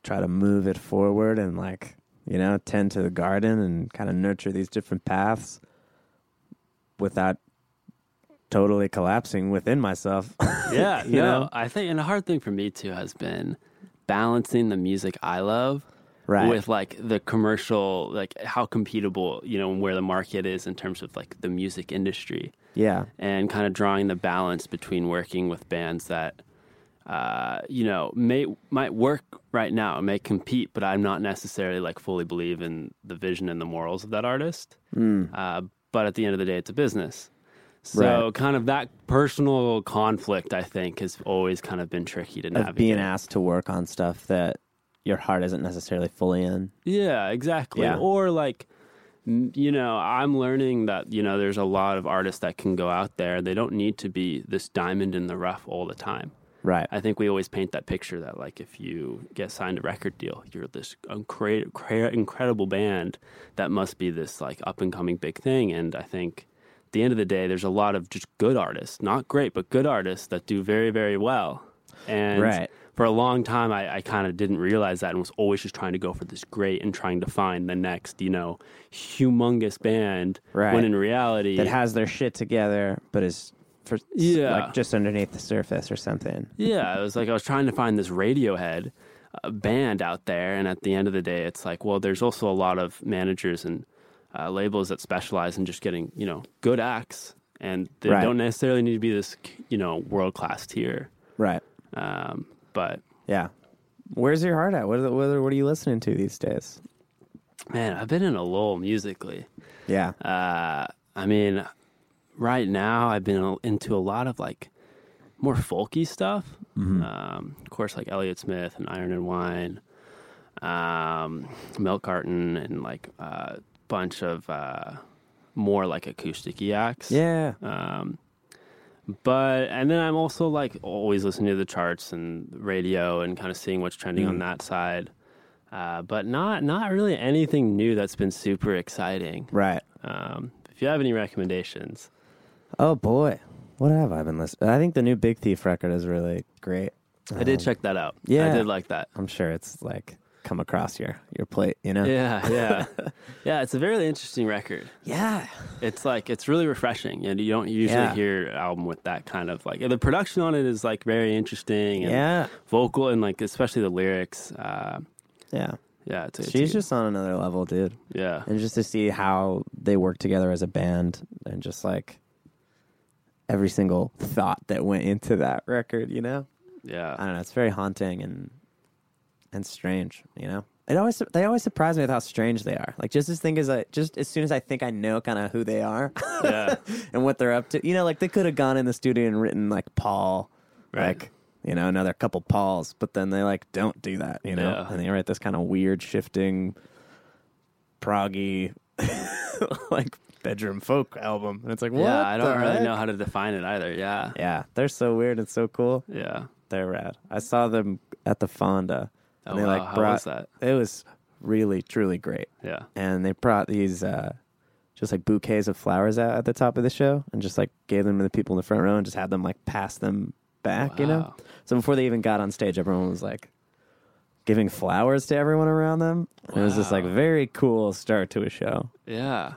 A: try to move it forward and like you know tend to the garden and kind of nurture these different paths without totally collapsing within myself
C: Yeah.
A: You
C: no,
A: know?
C: I think, and a hard thing for me too has been balancing the music I love
A: right
C: with like the commercial, like how computable, you know, and where the market is in terms of like the music industry.
A: yeah
C: and kind of drawing the balance between working with bands that uh, you know may might work right now may compete but i'm not necessarily like fully believe in the vision and the morals of that artist
A: Hmm.
C: uh, but at the end of the day it's a business so
A: Right.
C: kind of that personal conflict i think has always kind of been tricky to
A: of
C: navigate
A: being asked to work on stuff that your heart isn't necessarily fully in.
C: Yeah, exactly.
A: Yeah.
C: Or like, m- you know, I'm learning that you know there's a lot of artists that can go out there. They don't need to be this diamond in the rough all the time.
A: Right.
C: I think we always paint that picture that like if you get signed a record deal, you're this incre- cra- incredible band that must be this like up and coming big thing. And I think at the end of the day, there's a lot of just good artists, not great, but good artists that do very very well. And
A: Right.
C: for a long time, I, I kind of didn't realize that and was always just trying to go for this great and trying to find the next, you know, humongous band.
A: Right.
C: When in reality,
A: That has their shit together, but is for
C: Yeah.
A: like just underneath the surface or something.
C: Yeah, it was like I was trying to find this Radiohead uh, band out there, and at the end of the day, it's like, well, there's also a lot of managers and uh, labels that specialize in just getting you know good acts, and they
A: Right.
C: don't necessarily need to be this you know world class tier.
A: Right.
C: Um, but
A: Yeah. Where's your heart at? What are, the, what are what are you listening to these days?
C: man, I've been in a lull musically.
A: Yeah.
C: Uh, I mean, right now I've been into a lot of like more folky stuff. Um, of course, like Elliott Smith and Iron and Wine, um, Milk Carton, and like a bunch of uh, more like acoustic acts.
A: yeah.
C: Um, but and then I'm also like always listening to the charts and radio and kind of seeing what's trending on that side. Uh, but not not really anything new that's been super exciting.
A: Right.
C: Um, if you have any recommendations,
A: Oh boy. What have I been listening? I think the new Big Thief record is really great.
C: I did check that out. I
A: Um, yeah.
C: did like that.
A: I'm sure it's like come across your your plate, you know?
C: Yeah, yeah, yeah. It's a very interesting record.
A: Yeah.
C: It's like it's really refreshing, and you don't usually
A: Yeah.
C: hear an album with that kind of like the production on it is like very interesting and
A: Yeah.
C: vocal and like especially the lyrics. Uh,
A: Yeah.
C: yeah, it's, it's
A: She's just on another level, dude.
C: yeah,
A: and just to see how they work together as a band and just like every single thought that went into that record, you know? I
C: yeah,
A: don't know, it's very haunting and and strange, you know? It always they always surprise me with how strange they are. Like just as thing as I just as soon as I think I know kind of who they are
C: yeah.
A: and what they're up to, you know, like they could have gone in the studio and written like Paul,
C: Right.
A: like you know another couple Pauls, but then they like don't do that, you know,
C: Yeah.
A: and they write this kind of weird shifting, proggy, like bedroom folk album. And it's like, what?
C: yeah, I
A: the
C: don't really
A: heck?
C: know how to define it either. Yeah.
A: Yeah, they're so weird and so cool.
C: Yeah.
A: They're rad. I saw them at the Fonda.
C: Oh,
A: and they
C: wow.
A: like
C: how
A: brought
C: was that?
A: it was really truly great.
C: Yeah.
A: And they brought these uh just like bouquets of flowers out at the top of the show and just like gave them to the people in the front row and just had them like pass them back, you know?
C: Wow.
A: So before they even got on stage, everyone was like giving flowers to everyone around them. It was just like
C: Wow.
A: very cool start to a show.
C: Yeah.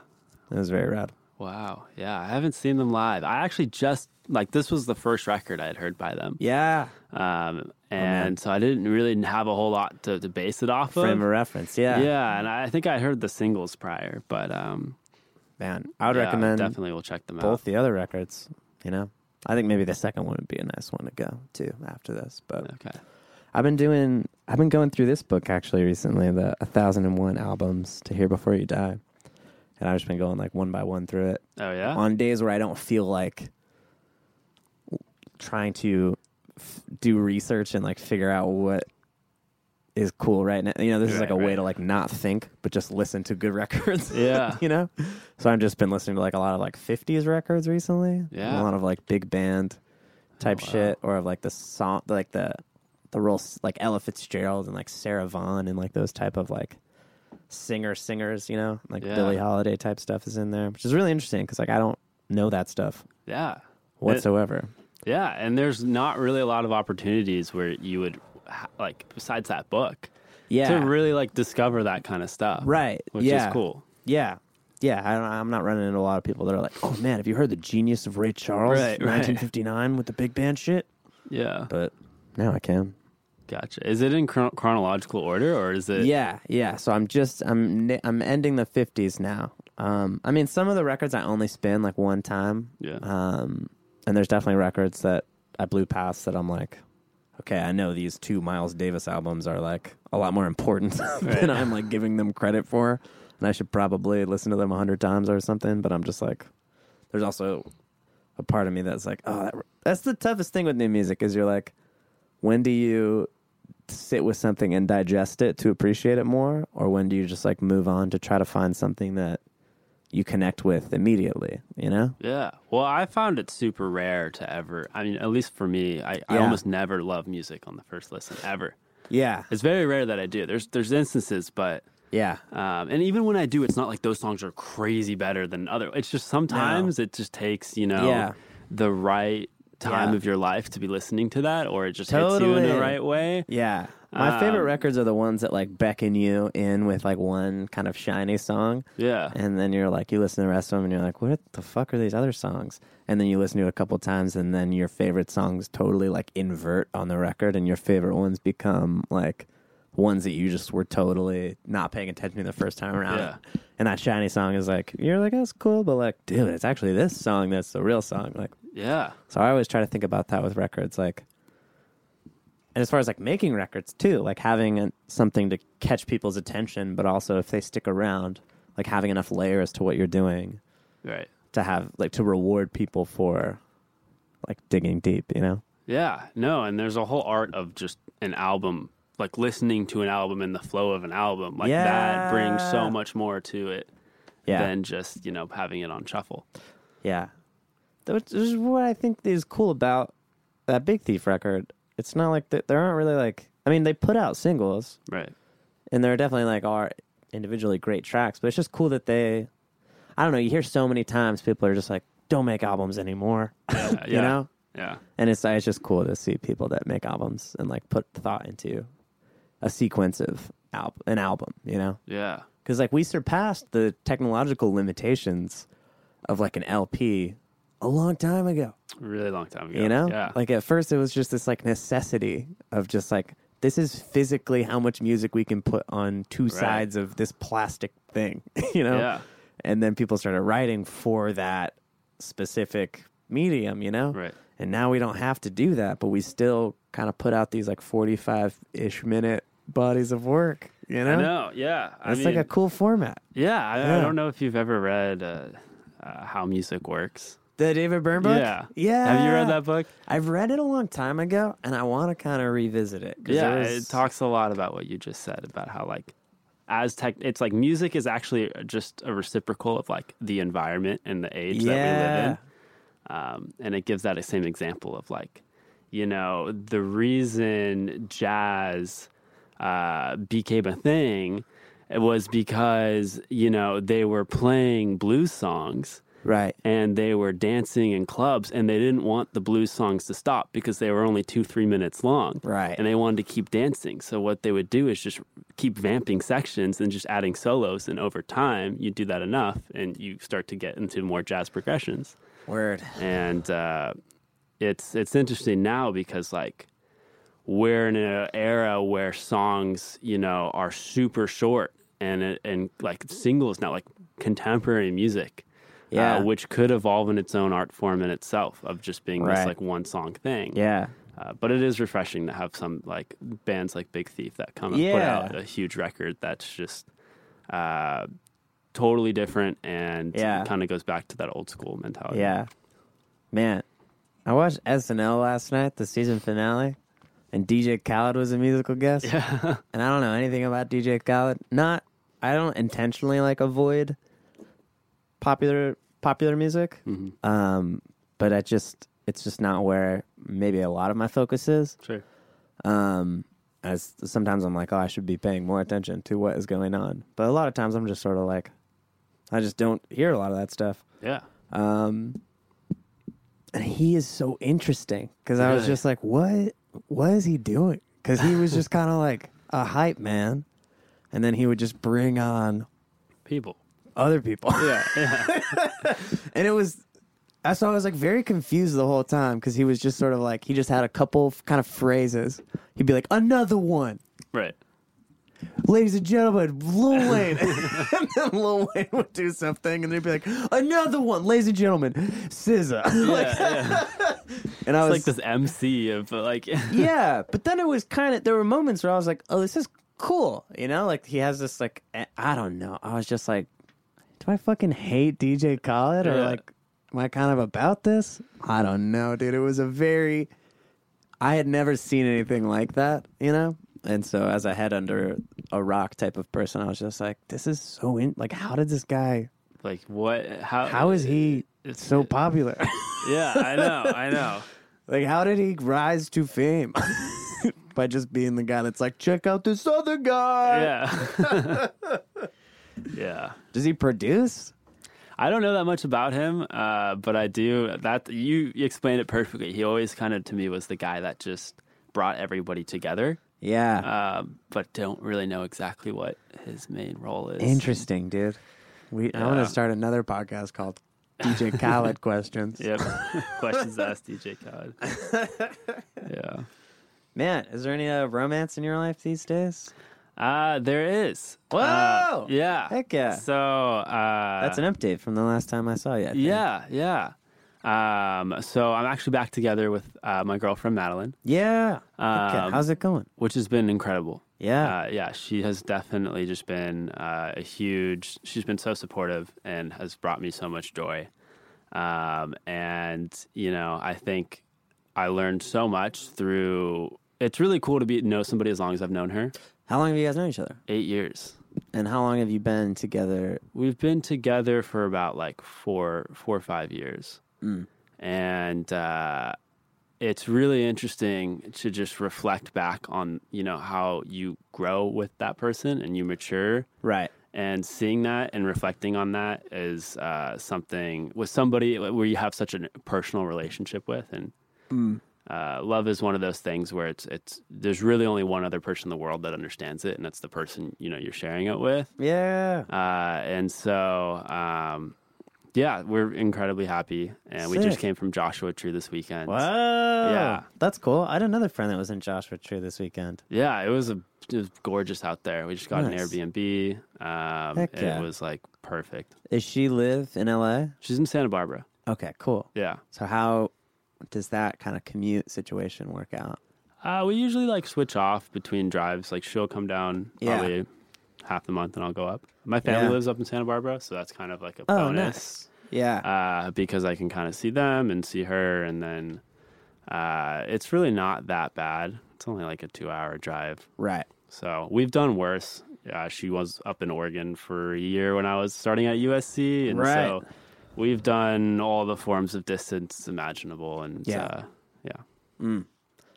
A: It was very rad.
C: Wow. Yeah. I haven't seen them live. I actually just like this was the first record I had heard by them.
A: Yeah.
C: Um,
A: Oh,
C: and so I didn't really have a whole lot to, to base it off
A: Frame
C: of.
A: of reference. Yeah.
C: Yeah. And I think I heard the singles prior, but um,
A: Man, I would
C: yeah,
A: recommend
C: definitely will check them
A: both
C: out.
A: the other records, you know? I think maybe the second one would be a nice one to go to after this, but
C: Okay.
A: I've been doing I've been going through this book actually recently, the 1001 albums to hear before you die. And I've just been going like one by one through it
C: Oh, yeah.
A: on days where I don't feel like trying to f- do research and like figure out what is cool right now. You know, this is like
C: Right,
A: a way
C: right.
A: to like not think but just listen to good records.
C: Yeah.
A: you know. So I've just been listening to like a lot of like 50s records recently.
C: Yeah.
A: a lot of like big band type
C: Oh, wow.
A: shit or of like the song like the the real s- like Ella Fitzgerald and like Sarah Vaughan and like those type of like singer singers, you know, like
C: Yeah.
A: Billie Holiday type stuff is in there, which is really interesting because like I don't know that stuff
C: Yeah.
A: whatsoever.
C: Yeah, and there's not really a lot of opportunities where you would ha- like besides that book
A: yeah,
C: to really like discover that kind of stuff.
A: right.
C: Which
A: yeah,
C: is cool.
A: Yeah. Yeah, I don't, I'm not running into a lot of people that are like, "Oh man, have you heard the genius of Ray Charles,
C: Right, right.
A: 1959, with the big band shit?"
C: Yeah.
A: But now I can.
C: Gotcha. Is it in chron- chronological order or is it
A: yeah, yeah. So I'm just I'm ni- I'm ending the 50s now. Um, I mean, some of the records I only spin like one time.
C: Yeah.
A: Um, and there's definitely records that I blew past that I'm like, okay, I know these two Miles Davis albums are like a lot more important than I'm like giving them credit for, and I should probably listen to them a hundred times or something. But I'm just like, there's also a part of me that's like, oh, that, that's the toughest thing with new music is you're like, when do you sit with something and digest it to appreciate it more, or when do you just like move on to try to find something that you connect with immediately? You know?
C: Yeah. Well, I found it super rare to ever. I mean, at least for me, I, I
A: Yeah.
C: almost never love music on the first listen ever.
A: Yeah,
C: It's very rare that I do. There's there's instances, but
A: yeah.
C: um, and even when I do, it's not like those songs are crazy better than other. It's just sometimes it just takes you know
A: Yeah.
C: the right time
A: Yeah.
C: of your life to be listening to that, or it just hits you in
A: Totally.
C: the right way.
A: Yeah. My
C: Um,
A: favorite records are the ones that like beckon you in with like one kind of shiny song.
C: Yeah,
A: And then you're like, you listen to the rest of them and you're like, what the fuck are these other songs? And then you listen to it a couple times and then your favorite songs totally like invert on the record and your favorite ones become like ones that you just were totally not paying attention to the first time around.
C: Yeah.
A: And that shiny song is like, you're like, that's cool, but like, dude, it's actually this song that's the real song. Like,
C: yeah,
A: so I always try to think about that with records, like, and as far as like making records too, like having an something to catch people's attention, but also if they stick around, like having enough layers to what you're doing
C: right.
A: to have like to reward people for like digging deep, you know?
C: Yeah, no, and there's a whole art of just an album, like listening to an album and the flow of an album, like that brings so
A: Yeah.
C: much more to it
A: Yeah,
C: than just you know having it on shuffle.
A: yeah. Th- Which is what I think is cool about that Big Thief record. It's not like th- there aren't really like I mean they put out singles,
C: Right.
A: and there are definitely like are individually great tracks, but it's just cool that they. I don't know. You hear so many times people are just like, "Don't make albums anymore,"
C: Yeah,
A: you know.
C: Yeah.
A: And it's it's just cool to see people that make albums and like put thought into a sequence of al- an album, you know?
C: Yeah.
A: Because like we surpassed the technological limitations of like an LP a long time ago.
C: Really long time ago.
A: You know?
C: Yeah.
A: Like at first it was just this like necessity of just like this is physically how much music we can put on two sides of this plastic thing, you know?
C: Yeah.
A: And then people started writing for that specific medium, you know?
C: Right.
A: And now we don't have to do that, but we still kind of put out these like 45-ish minute bodies of work, you know?
C: I know. Yeah. I
A: It's
C: mean,
A: like a cool format.
C: Yeah, I, I
A: Yeah.
C: don't know if you've ever read uh, uh, How Music Works.
A: The David Byrne book?
C: Yeah.
A: Yeah.
C: Have you read that book?
A: I've read it a long time ago and I want to kind of revisit it. 'cause
C: Yeah,
A: there was-
C: it talks a lot about what you just said about how like as tech it's like music is actually just a reciprocal of like the environment and the age that we live in um, and it gives that same example of like you know the reason jazz uh, became a thing was because you know they were playing blues songs
A: Right.
C: and they were dancing in clubs and they didn't want the blues songs to stop because they were only two three minutes long
A: Right.
C: and they wanted to keep dancing so what they would do is just keep vamping sections and just adding solos and over time you do that enough and you start to get into more jazz progressions
A: Word.
C: and uh, it's it's interesting now because like we're in an era where songs you know are super short and it- and like singles now like contemporary music uh,
A: Yeah.
C: which could evolve in its own art form in itself of just being this
A: Right.
C: like one song thing
A: Yeah.
C: uh, but it is refreshing to have some like bands like Big Thief that come and put
A: Yeah.
C: out a huge record that's just uh, totally different and
A: Yeah.
C: kind of goes back to that old school mentality
A: Oh, Yeah. Man, I watched SNL last night, the season finale, and DJ Khaled was a musical guest.
C: yeah
A: And I don't know anything about DJ Khaled. Not, I don't intentionally like avoid popular popular music. Um, but I just, it's just not where maybe a lot of my focus is.
C: Sure.
A: Um, as sometimes I'm like, oh, I should be paying more attention to what is going on. But a lot of times I'm just sort of like, I just don't hear a lot of that stuff.
C: Yeah.
A: Um, and he is so interesting because I was
C: Really?
A: just like, what? What is he doing? Because he was just kind of like a hype man, and then he would just bring on
C: People.
A: other people. Yeah, and it was. I saw. I was like very confused the whole time because he was just sort of like he just had a couple of kind of phrases. He'd be like, "Another one."
C: Right.
A: ladies and gentlemen, Lil Wayne. and then Lil Wayne would do something, and they'd be like, another one, ladies and gentlemen, SZA. like, and I was
C: It's like this MC of uh, like
A: yeah, but then it was kind of there were moments where I was like, oh, this is cool, you know? Like he has this like eh, I don't know. I was just like, do I fucking hate DJ Khaled or
C: Yeah.
A: like am I kind of about this? I don't know, dude. It was a very I had never seen anything like that, you know? And so as a head under a rock type of person, I was just like, this is so in like how did this guy
C: like what how
A: how is he so popular?
C: Yeah, I know, I know.
A: Like, how did he rise to fame? By just being the guy that's like, check out this other guy.
C: Yeah. yeah.
A: Does he produce?
C: I don't know that much about him, uh, but I do that you, you explained it perfectly. He always kind of to me was the guy that just brought everybody together.
A: Yeah.
C: Um, but don't really know exactly what his main role is.
A: Interesting, dude. We I want
C: Yeah.
A: to start another podcast called DJ Khaled Questions.
C: Yep. Questions asked DJ Khaled. yeah.
A: Man, is there any uh, romance in your life these days?
C: Uh, there is.
A: Whoa!
C: Uh, yeah.
A: Heck yeah.
C: So uh,
A: That's an update from the last time I saw you. I think.
C: yeah, yeah. Um, so I'm actually back together with uh, my girlfriend Madeline,
A: Yeah. okay.
C: Um,
A: How's it going?
C: which has been incredible.
A: Yeah.
C: Uh, yeah, she has definitely just been uh, a huge. She's been so supportive and has brought me so much joy. Um, and you know, I think I learned so much through. It's really cool to be know somebody as long as I've known her.
A: how long have you guys known each other?
C: Eight years.
A: And how long have you been together?
C: We've been together for about like four, four or five years, and uh, it's really interesting to just reflect back on you know how you grow with that person and you mature,
A: Right.
C: and seeing that and reflecting on that is uh, something with somebody where you have such a personal relationship with, and
A: Hmm.
C: uh, love is one of those things where it's it's there's really only one other person in the world that understands it, and that's the person you know you're sharing it with.
A: Yeah.
C: Uh, and so, um, yeah, we're incredibly happy. And we
A: Sick.
C: just came from Joshua Tree this weekend.
A: Wow.
C: Yeah.
A: That's cool. I had another friend that was in Joshua Tree this weekend.
C: Yeah, it was, a, it was gorgeous out there. We just got
A: Nice.
C: an Airbnb. Um,
A: Heck
C: and
A: yeah.
C: It was like perfect.
A: Does she live in LA?
C: She's in Santa Barbara.
A: Okay, cool.
C: Yeah.
A: So how does that kind of commute situation work out?
C: Uh, we usually like switch off between drives. Like she'll come down
A: Yeah.
C: probably half the month and I'll go up. My family
A: Yeah.
C: lives up in Santa Barbara, so that's kind of like a
A: Oh,
C: bonus.
A: nice. Yeah.
C: uh, because I can kind of see them and see her, and then uh, it's really not that bad. It's only like a two-hour drive,
A: right.
C: so we've done worse, Uh, she was up in Oregon for a year when I was starting at USC, and
A: Right.
C: so we've done all the forms of distance imaginable, and
A: Yeah.
C: uh, yeah,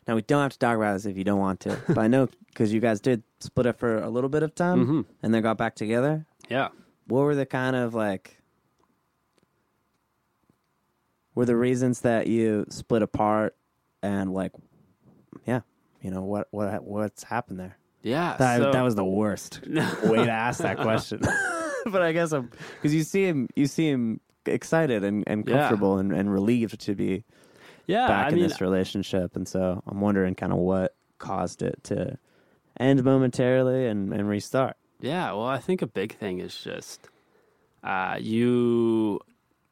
A: Now we don't have to talk about this if you don't want to, but I know because you guys did split up for a little bit of time
C: Mhm.
A: and then got back together.
C: yeah.
A: What were the kind of like? Were the reasons that you split apart and like, yeah, you know what what what's happened there?
C: Yeah,
A: That,
C: so-
A: that was the worst way to ask that question. but I guess I'm because you see him, you see him excited and, and
C: Yeah.
A: comfortable and, and relieved to be
C: yeah.
A: back
C: I
A: in
C: mean, uh,
A: this relationship, and so I'm wondering kind of what caused it to end momentarily and, and restart.
C: Yeah, well, I think a big thing is just uh, you,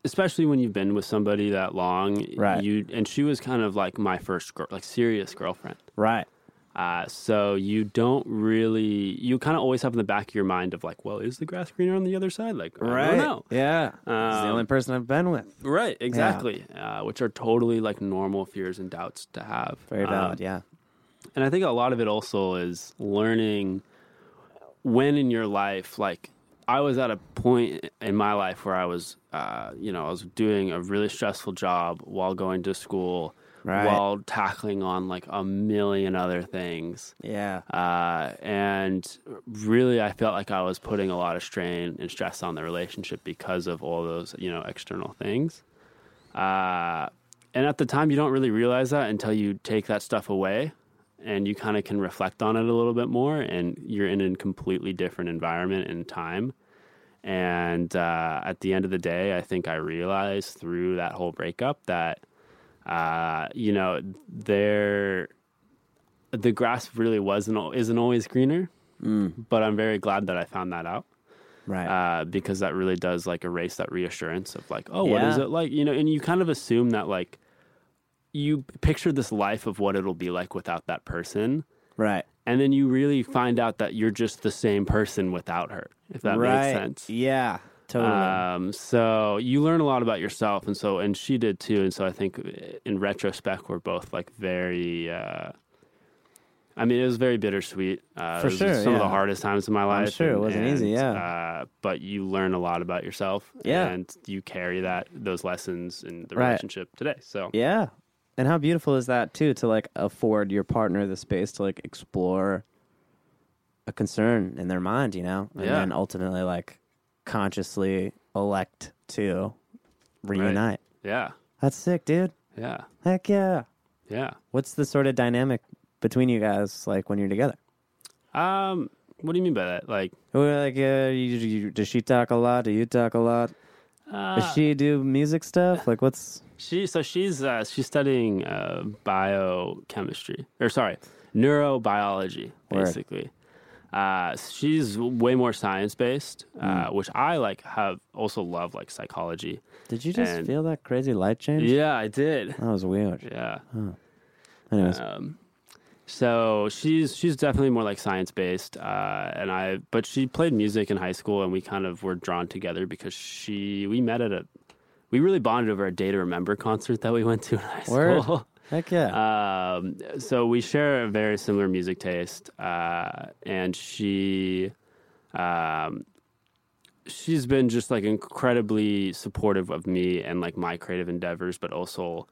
C: especially when you've been with somebody that long,
A: Right.
C: You and she was kind of like my first, girl, like serious girlfriend.
A: Right.
C: Uh, so you don't really, you kind of always have in the back of your mind of like, well, is the grass greener on the other side? Like, I
A: Right.
C: don't know.
A: Yeah. He's the
C: Um,
A: only person I've been with.
C: Right, exactly. Uh, which are totally like normal fears and doubts to have.
A: Very
C: Um,
A: valid. yeah.
C: And I think a lot of it also is learning when in your life, like I was at a point in my life where I was, uh, you know, I was doing a really stressful job while going to school,
A: Right.
C: while tackling on like a million other things.
A: Yeah.
C: Uh, and really, I felt like I was putting a lot of strain and stress on the relationship because of all those, you know, external things. Uh, and at the time, you don't really realize that until you take that stuff away and you kind of can reflect on it a little bit more. And you're in a completely different environment and time. And uh, at the end of the day, I think I realized through that whole breakup that, uh, you know, there the grass really wasn't al- isn't always greener. But I'm very glad that I found that out
A: Mm. Right.
C: uh, because that really does like erase that reassurance of like, oh, what is
A: Yeah.
C: it like? You know, and you kind of assume that like you picture this life of what it'll be like without that person.
A: right.
C: And then you really find out that you're just the same person without her, if that
A: right.
C: makes sense.
A: Oh, Yeah. Totally.
C: Um, so you learn a lot about yourself, and so and she did too. And so I think eh, in retrospect, we're both like very. Uh, I mean, it was very bittersweet. Uh,
A: For
C: it was
A: sure,
C: some of the
A: yeah.
C: hardest times in my life.
A: sure it wasn't easy, yeah.
C: Uh, but you learn a lot about yourself.
A: Yeah.
C: And you carry that those lessons in the
A: Right.
C: relationship today. So
A: yeah. And how beautiful is that too to like afford your partner the space to like explore a concern in their mind, you know? And
C: Yeah.
A: then ultimately like consciously elect to reunite.
C: yeah,
A: That's sick, dude.
C: yeah,
A: Heck yeah.
C: yeah.
A: What's the sort of dynamic between you guys like when you're together?
C: Um, what do you mean by that? Like,
A: Well, like, uh, you, you, does she talk a lot? Do you talk a lot?
C: uh,
A: Does she do music stuff? Like, what's
C: She so she's uh, she's studying uh, biochemistry or sorry neurobiology
A: Word.
C: basically. Uh, she's way more science based,
A: Hmm.
C: uh, which I like have also love like psychology.
A: did you just
C: And-
A: feel that crazy light change?
C: Yeah, I did.
A: That was weird.
C: Yeah.
A: Anyways,
C: Um, so she's she's definitely more like science based, uh, and I. But she played music in high school, and we kind of were drawn together because she we met at a we really bonded over a Day to Remember concert that we went to in high
A: Word.
C: school.
A: heck yeah.
C: Um, so we share a very similar music taste, uh, and she, um, she's been just like incredibly supportive of me and like my creative endeavors, but also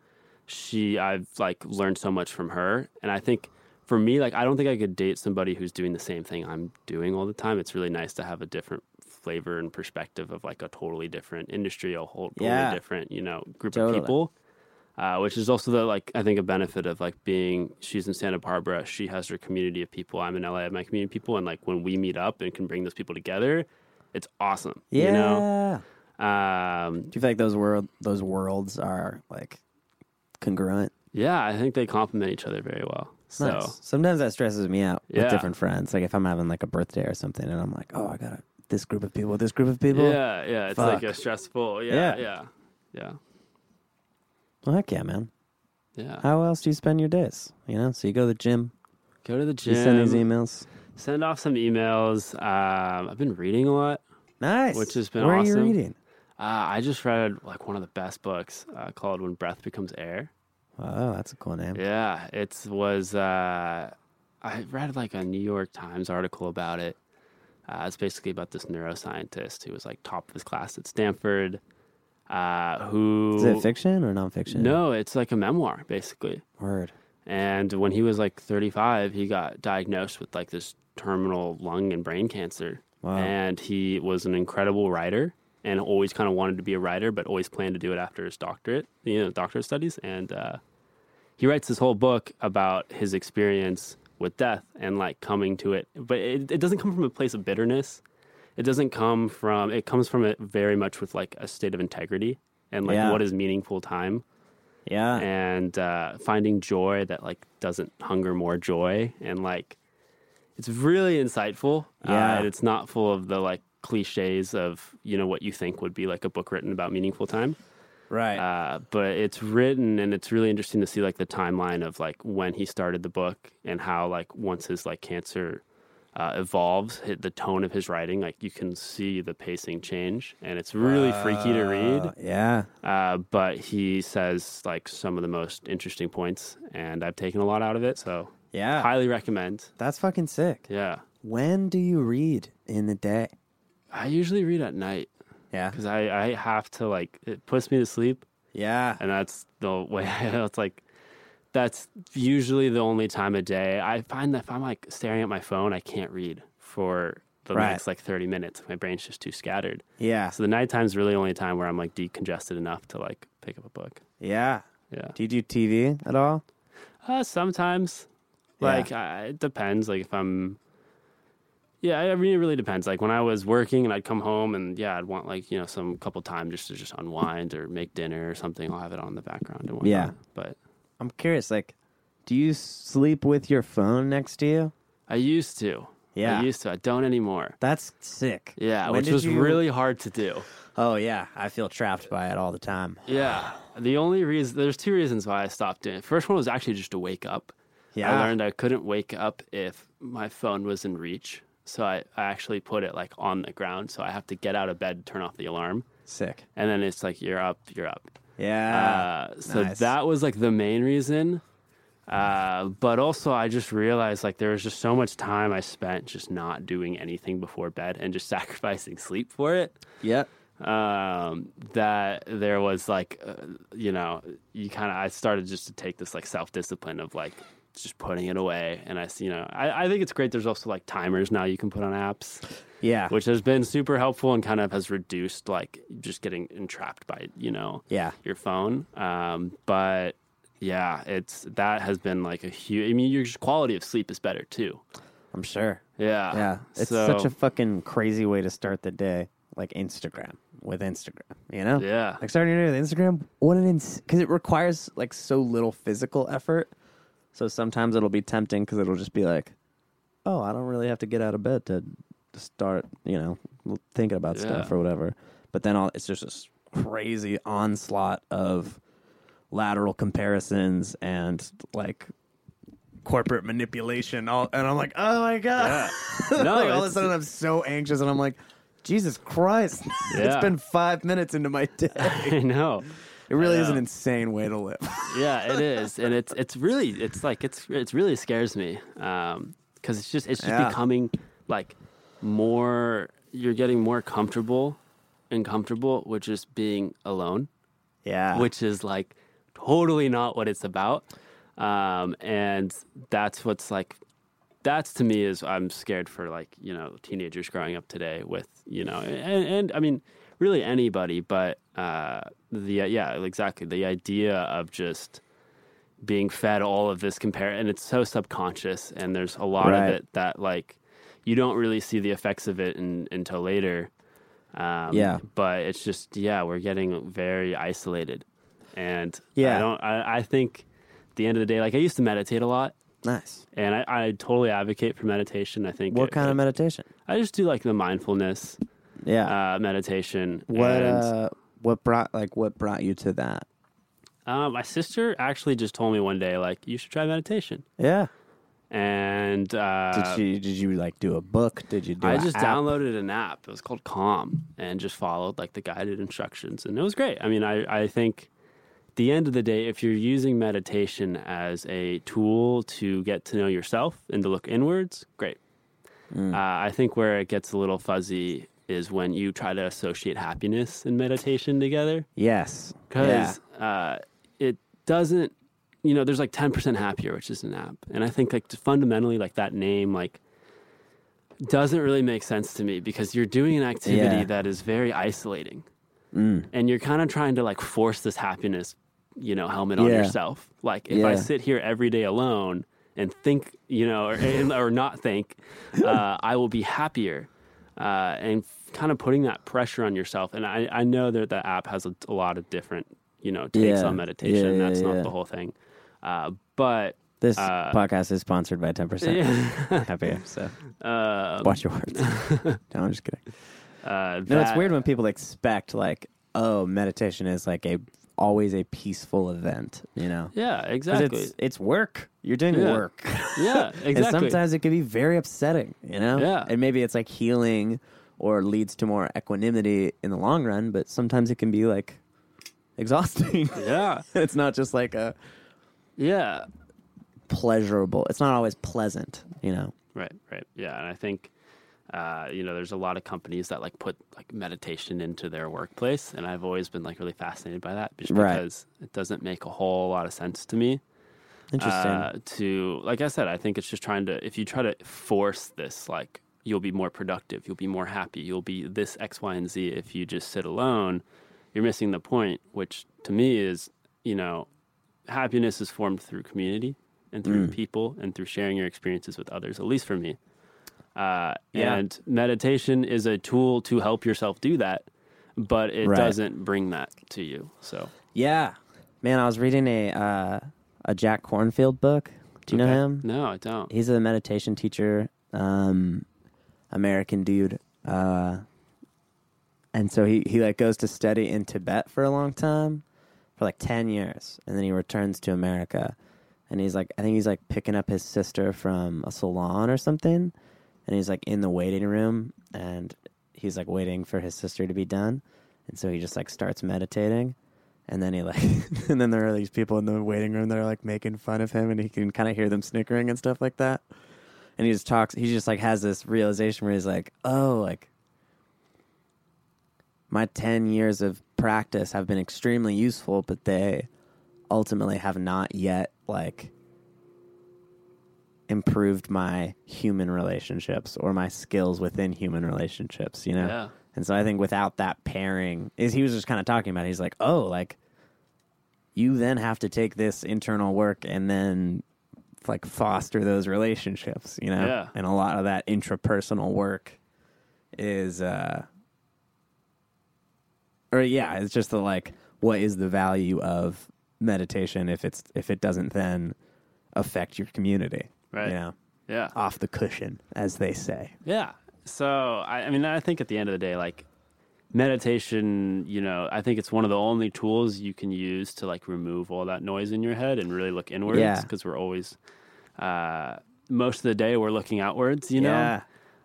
C: she, I've like learned so much from her, and I think for me, like I don't think I could date somebody who's doing the same thing I'm doing all the time. It's really nice to have a different flavor and perspective of like a totally different industry, a whole totally
A: Yeah.
C: different, you know, group
A: Totally.
C: of people uh, which is also the like I think a benefit of like being she's in Santa Barbara. She has her community of people. I'm in LA, I have my community of people, and like when we meet up and can bring those people together, it's awesome.
A: yeah.
C: You know, um,
A: Do you feel like those world those worlds are like congruent?
C: yeah, I think they complement each other very well. So
A: Nice. Sometimes that stresses me out
C: Yeah.
A: with different friends. Like if I'm having like a birthday or something, and I'm like, oh, I got this group of people, this group of people.
C: yeah, yeah, it's like
A: Fuck.
C: a stressful. Yeah,
A: Yeah.
C: yeah, yeah,
A: Well, heck yeah, man.
C: yeah.
A: How else do you spend your days? You know, so you go to the gym,
C: Go to the
A: you send these
C: gym.
A: emails.
C: Send off some emails. Um, I've been reading a lot.
A: Nice.
C: Which has been
A: Where are
C: awesome.
A: you reading?
C: Uh, I just read like one of the best books uh, called "When Breath Becomes Air."
A: Oh, that's a cool name.
C: Yeah, it was. Uh, I read like a New York Times article about it, Uh, it's basically about this neuroscientist who was like top of his class at Stanford. Uh, who
A: Is it fiction or nonfiction?
C: No, it's like a memoir basically.
A: Word.
C: And when he was like 35, he got diagnosed with like this terminal lung and brain cancer.
A: Wow.
C: And he was an incredible writer and always kind of wanted to be a writer, but always planned to do it after his doctorate, you know, doctorate studies. And uh, he writes this whole book about his experience with death and like coming to it. But it, it doesn't come from a place of bitterness. It doesn't come from, it comes from it very much with like a state of integrity and like
A: Yeah.
C: what is meaningful time
A: Yeah.
C: and uh, finding joy that like doesn't hunger more joy and like it's really insightful uh,
A: Yeah.
C: and it's not full of the like cliches of you know what you think would be like a book written about meaningful time
A: right.
C: uh, but it's written and it's really interesting to see like the timeline of like when he started the book and how like once his like cancer uh, evolves hi- the tone of his writing like you can see the pacing change and it's really freaky to read
A: Uh, yeah.
C: uh, but he says like some of the most interesting points, and I've taken a lot out of it. So
A: Yeah.
C: highly recommend.
A: That's fucking sick.
C: Yeah,
A: When do you read in the day?
C: I usually read at night
A: Yeah.
C: because I, I have to like it puts me to sleep,
A: Yeah.
C: and that's the way. it's like that's usually the only time of day I find that if I'm like staring at my phone, I can't read for the
A: Right.
C: next like 30 minutes. My brain's just too scattered.
A: Yeah.
C: So the nighttime's really only time where I'm like decongested enough to like pick up a book.
A: Yeah.
C: Yeah.
A: Do you do TV at all?
C: Uh, sometimes,
A: Yeah.
C: like I, it depends. Like if I'm, yeah, I I mean it really depends. Like when I was working and I'd come home and yeah, I'd want like you know some couple time just to just unwind or make dinner or something. I'll have it on in the background and whatnot.
A: Yeah.
C: but
A: I'm curious. Like, do you sleep with your phone next to you?
C: I used to.
A: Yeah.
C: I used to. I don't anymore.
A: That's sick.
C: Yeah,
A: When
C: which
A: did
C: was
A: you-
C: really hard to do.
A: Oh yeah, I feel trapped by it all the time.
C: Yeah, the only reason there's two reasons why I stopped doing it. First one was actually just to wake up.
A: Yeah.
C: I learned I couldn't wake up if my phone was in reach. So I, I actually put it like on the ground. So I have to get out of bed, turn off the alarm.
A: Sick.
C: And then it's like, you're up, you're up.
A: Yeah.
C: Uh, so
A: Ah, nice.
C: that was like the main reason. Uh, but also, I just realized like there was just so much time I spent just not doing anything before bed and just sacrificing sleep for it
A: yep.
C: um, that there was like, uh, you know, you kind of, I started just to take this like self discipline of like just putting it away. And I, s- you know, I, I think it's great. There's also like timers now you can put on apps,
A: Yeah.
C: which has been super helpful and kind of has reduced like just getting entrapped by, you know,
A: yeah.
C: your phone. Um, but yeah, it's that has been like a huge, I mean, your just quality of sleep is better too.
A: I'm sure.
C: Yeah.
A: Yeah. It's
C: Uh, So-
A: such a fucking crazy way to start the day, like Instagram with Instagram. You know.
C: yeah.
A: Like starting your day with Instagram. What an because it requires like so little physical effort. So sometimes it'll be tempting because it'll just be like, oh, I don't really have to get out of bed to to start, you know, l- thinking about stuff
C: Yeah.
A: or whatever. But then all, it's just this crazy onslaught of lateral comparisons and like corporate manipulation. All and I'm like, oh my god!
C: No,
A: Like, all of a
C: it's-
A: sudden I'm so anxious, and I'm like, Jesus Christ! it's
C: Yeah.
A: been five minutes into my day.
C: I know.
A: It really
C: I
A: is an
C: know.
A: insane way to live.
C: yeah, it is, and it's it's really it's like it's it's really scares me because it's just it's just
A: Yeah.
C: becoming like more. You're getting more comfortable and comfortable with just being alone,
A: yeah.
C: which is like totally not what it's about. Um, and that's what's like that's to me is I'm scared for like you know teenagers growing up today with you know and, and I mean really anybody but uh, the yeah exactly the idea of just being fed all of this compare and it's so subconscious and there's a lot
A: Right.
C: of it that like you don't really see the effects of it in, until later um,
A: Yeah.
C: but it's just yeah we're getting very isolated and
A: Yeah.
C: I don't I, I think at the end of the day like I used to meditate a lot
A: nice.
C: and I, I totally advocate for meditation. I think
A: What
C: it-
A: kind
C: it-
A: of meditation?
C: I just do like the mindfulness
A: Yeah.
C: uh, meditation.
A: what
C: and,
A: uh, what brought like what brought you to that?
C: uh, my sister actually just told me one day, like you should try meditation.
A: Yeah.
C: And
A: Did
C: uh,
A: you did you like do a book? Did you do
C: I
A: a
C: just
A: app?
C: downloaded an app. It was called Calm, and just followed like the guided instructions, and it was great. I mean, I I think at the end of the day, if you're using meditation as a tool to get to know yourself and to look inwards, great.
A: Mm.
C: Uh, I think where it gets a little fuzzy is when you try to associate happiness and meditation together
A: Yes.
C: because uh, it doesn't you know there's like 10% happier which is an app and i think like fundamentally like that name like doesn't really make sense to me because you're doing an activity
A: Yeah. Mm.
C: that is very isolating and you're kind of trying to like force this happiness you know helmet on
A: Yeah.
C: yourself like if i
A: Yeah.
C: sit here every day alone and think you know or, and- or not think uh, i will be happier uh, and kind of putting that pressure on yourself and i, I know that the app has a, a lot of different you know takes
A: Yeah.
C: on
A: Yeah,
C: meditation
A: yeah,
C: that's not
A: yeah.
C: the whole thing uh, but
A: This
C: Uh,
A: podcast is sponsored by 10%
C: yeah,
A: Happy. So
C: uh,
A: watch your words. no, I'm just kidding.
C: uh,
A: No, it's
C: that-
A: weird when people expect like, oh, meditation is like a always a peaceful event, you know?
C: yeah
A: 'Cause
C: exactly
A: It's it's work. You're doing
C: Yeah.
A: work.
C: yeah
A: And
C: exactly
A: sometimes it can be very upsetting, you know?
C: Yeah.
A: And maybe it's like healing or leads to more equanimity in the long run, but sometimes it can be like exhausting.
C: yeah
A: it's not just like a
C: yeah
A: pleasurable. It's not always pleasant, you know.
C: Right, right. Yeah, and I think uh, you know, there's a lot of companies that like put like meditation into their workplace, and I've always been like really fascinated by that just
A: Right.
C: because it doesn't make a whole lot of sense to me.
A: Interesting.
C: Uh, to like I said, I think it's just trying to if you try to force this, like you'll be more productive, you'll be more happy, you'll be this X, Y, and Z. If you just sit alone, you're missing the point. Which to me is, you know, happiness is formed through community and
A: Mm.
C: through people and through sharing your experiences with others. At least for me. Uh,
A: Yeah.
C: And meditation is a tool to help yourself do that, but it
A: Right.
C: doesn't bring that to you. So
A: yeah. Man, I was reading a uh, a Jack Cornfield book. Do you
C: Okay.
A: know him?
C: No, I don't.
A: He's a meditation teacher, um, American dude. Uh, and so he, he like goes to study in Tibet for a long time, for like 10 years. And then he returns to America. And he's like, I think he's like picking up his sister from a salon or something. And he's like in the waiting room and he's like waiting for his sister to be done. And so he just like starts meditating. And then he like, and then there are these people in the waiting room that are like making fun of him, and he can kind of hear them snickering and stuff like that. And he just talks. He just like has this realization where he's like, "Oh, like my ten years of practice have been extremely useful, but they ultimately have not yet like improved my human relationships or my skills within human relationships." You know.
C: Yeah.
A: And so I think without that pairing, is he was just kind of talking about. It. He's like, oh, like you then have to take this internal work and then like foster those relationships, you know.
C: Yeah.
A: And a lot of that intrapersonal work is, uh or yeah, it's just the like, what is the value of meditation if it's if it doesn't then affect your community,
C: Right.
A: You know,
C: Yeah.
A: off the cushion, as they say.
C: Yeah. So I, I mean, I think at the end of the day, like meditation, you know, I think it's one of the only tools you can use to like remove all that noise in your head and really look inwards.
A: Yeah.
C: Because we're always, uh, most of the day we're looking outwards, you know.
A: yeah.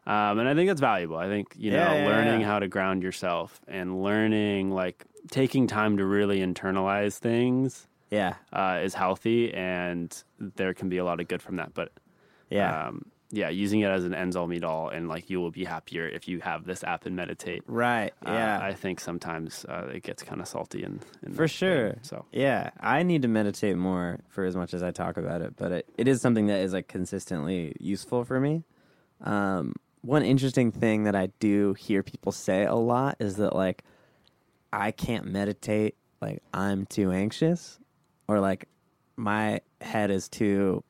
C: Um, and I think that's valuable. I think you know,
A: Yeah, yeah,
C: learning
A: yeah.
C: how to ground yourself and learning like taking time to really internalize things
A: Yeah.
C: uh, is healthy, and there can be a lot of good from that. But
A: Yeah.
C: um, yeah, using it as an ends all meet all, and like you will be happier if you have this app and meditate.
A: Right.
C: Uh,
A: Yeah.
C: I think sometimes uh, it gets kind of salty and in
A: For
C: that
A: sure.
C: thing. So
A: Yeah, I need to meditate more for as much as I talk about it, but it, it is something that is like consistently useful for me. Um, one interesting thing that I do hear people say a lot is that like I can't meditate, like I'm too anxious, or like my head is too,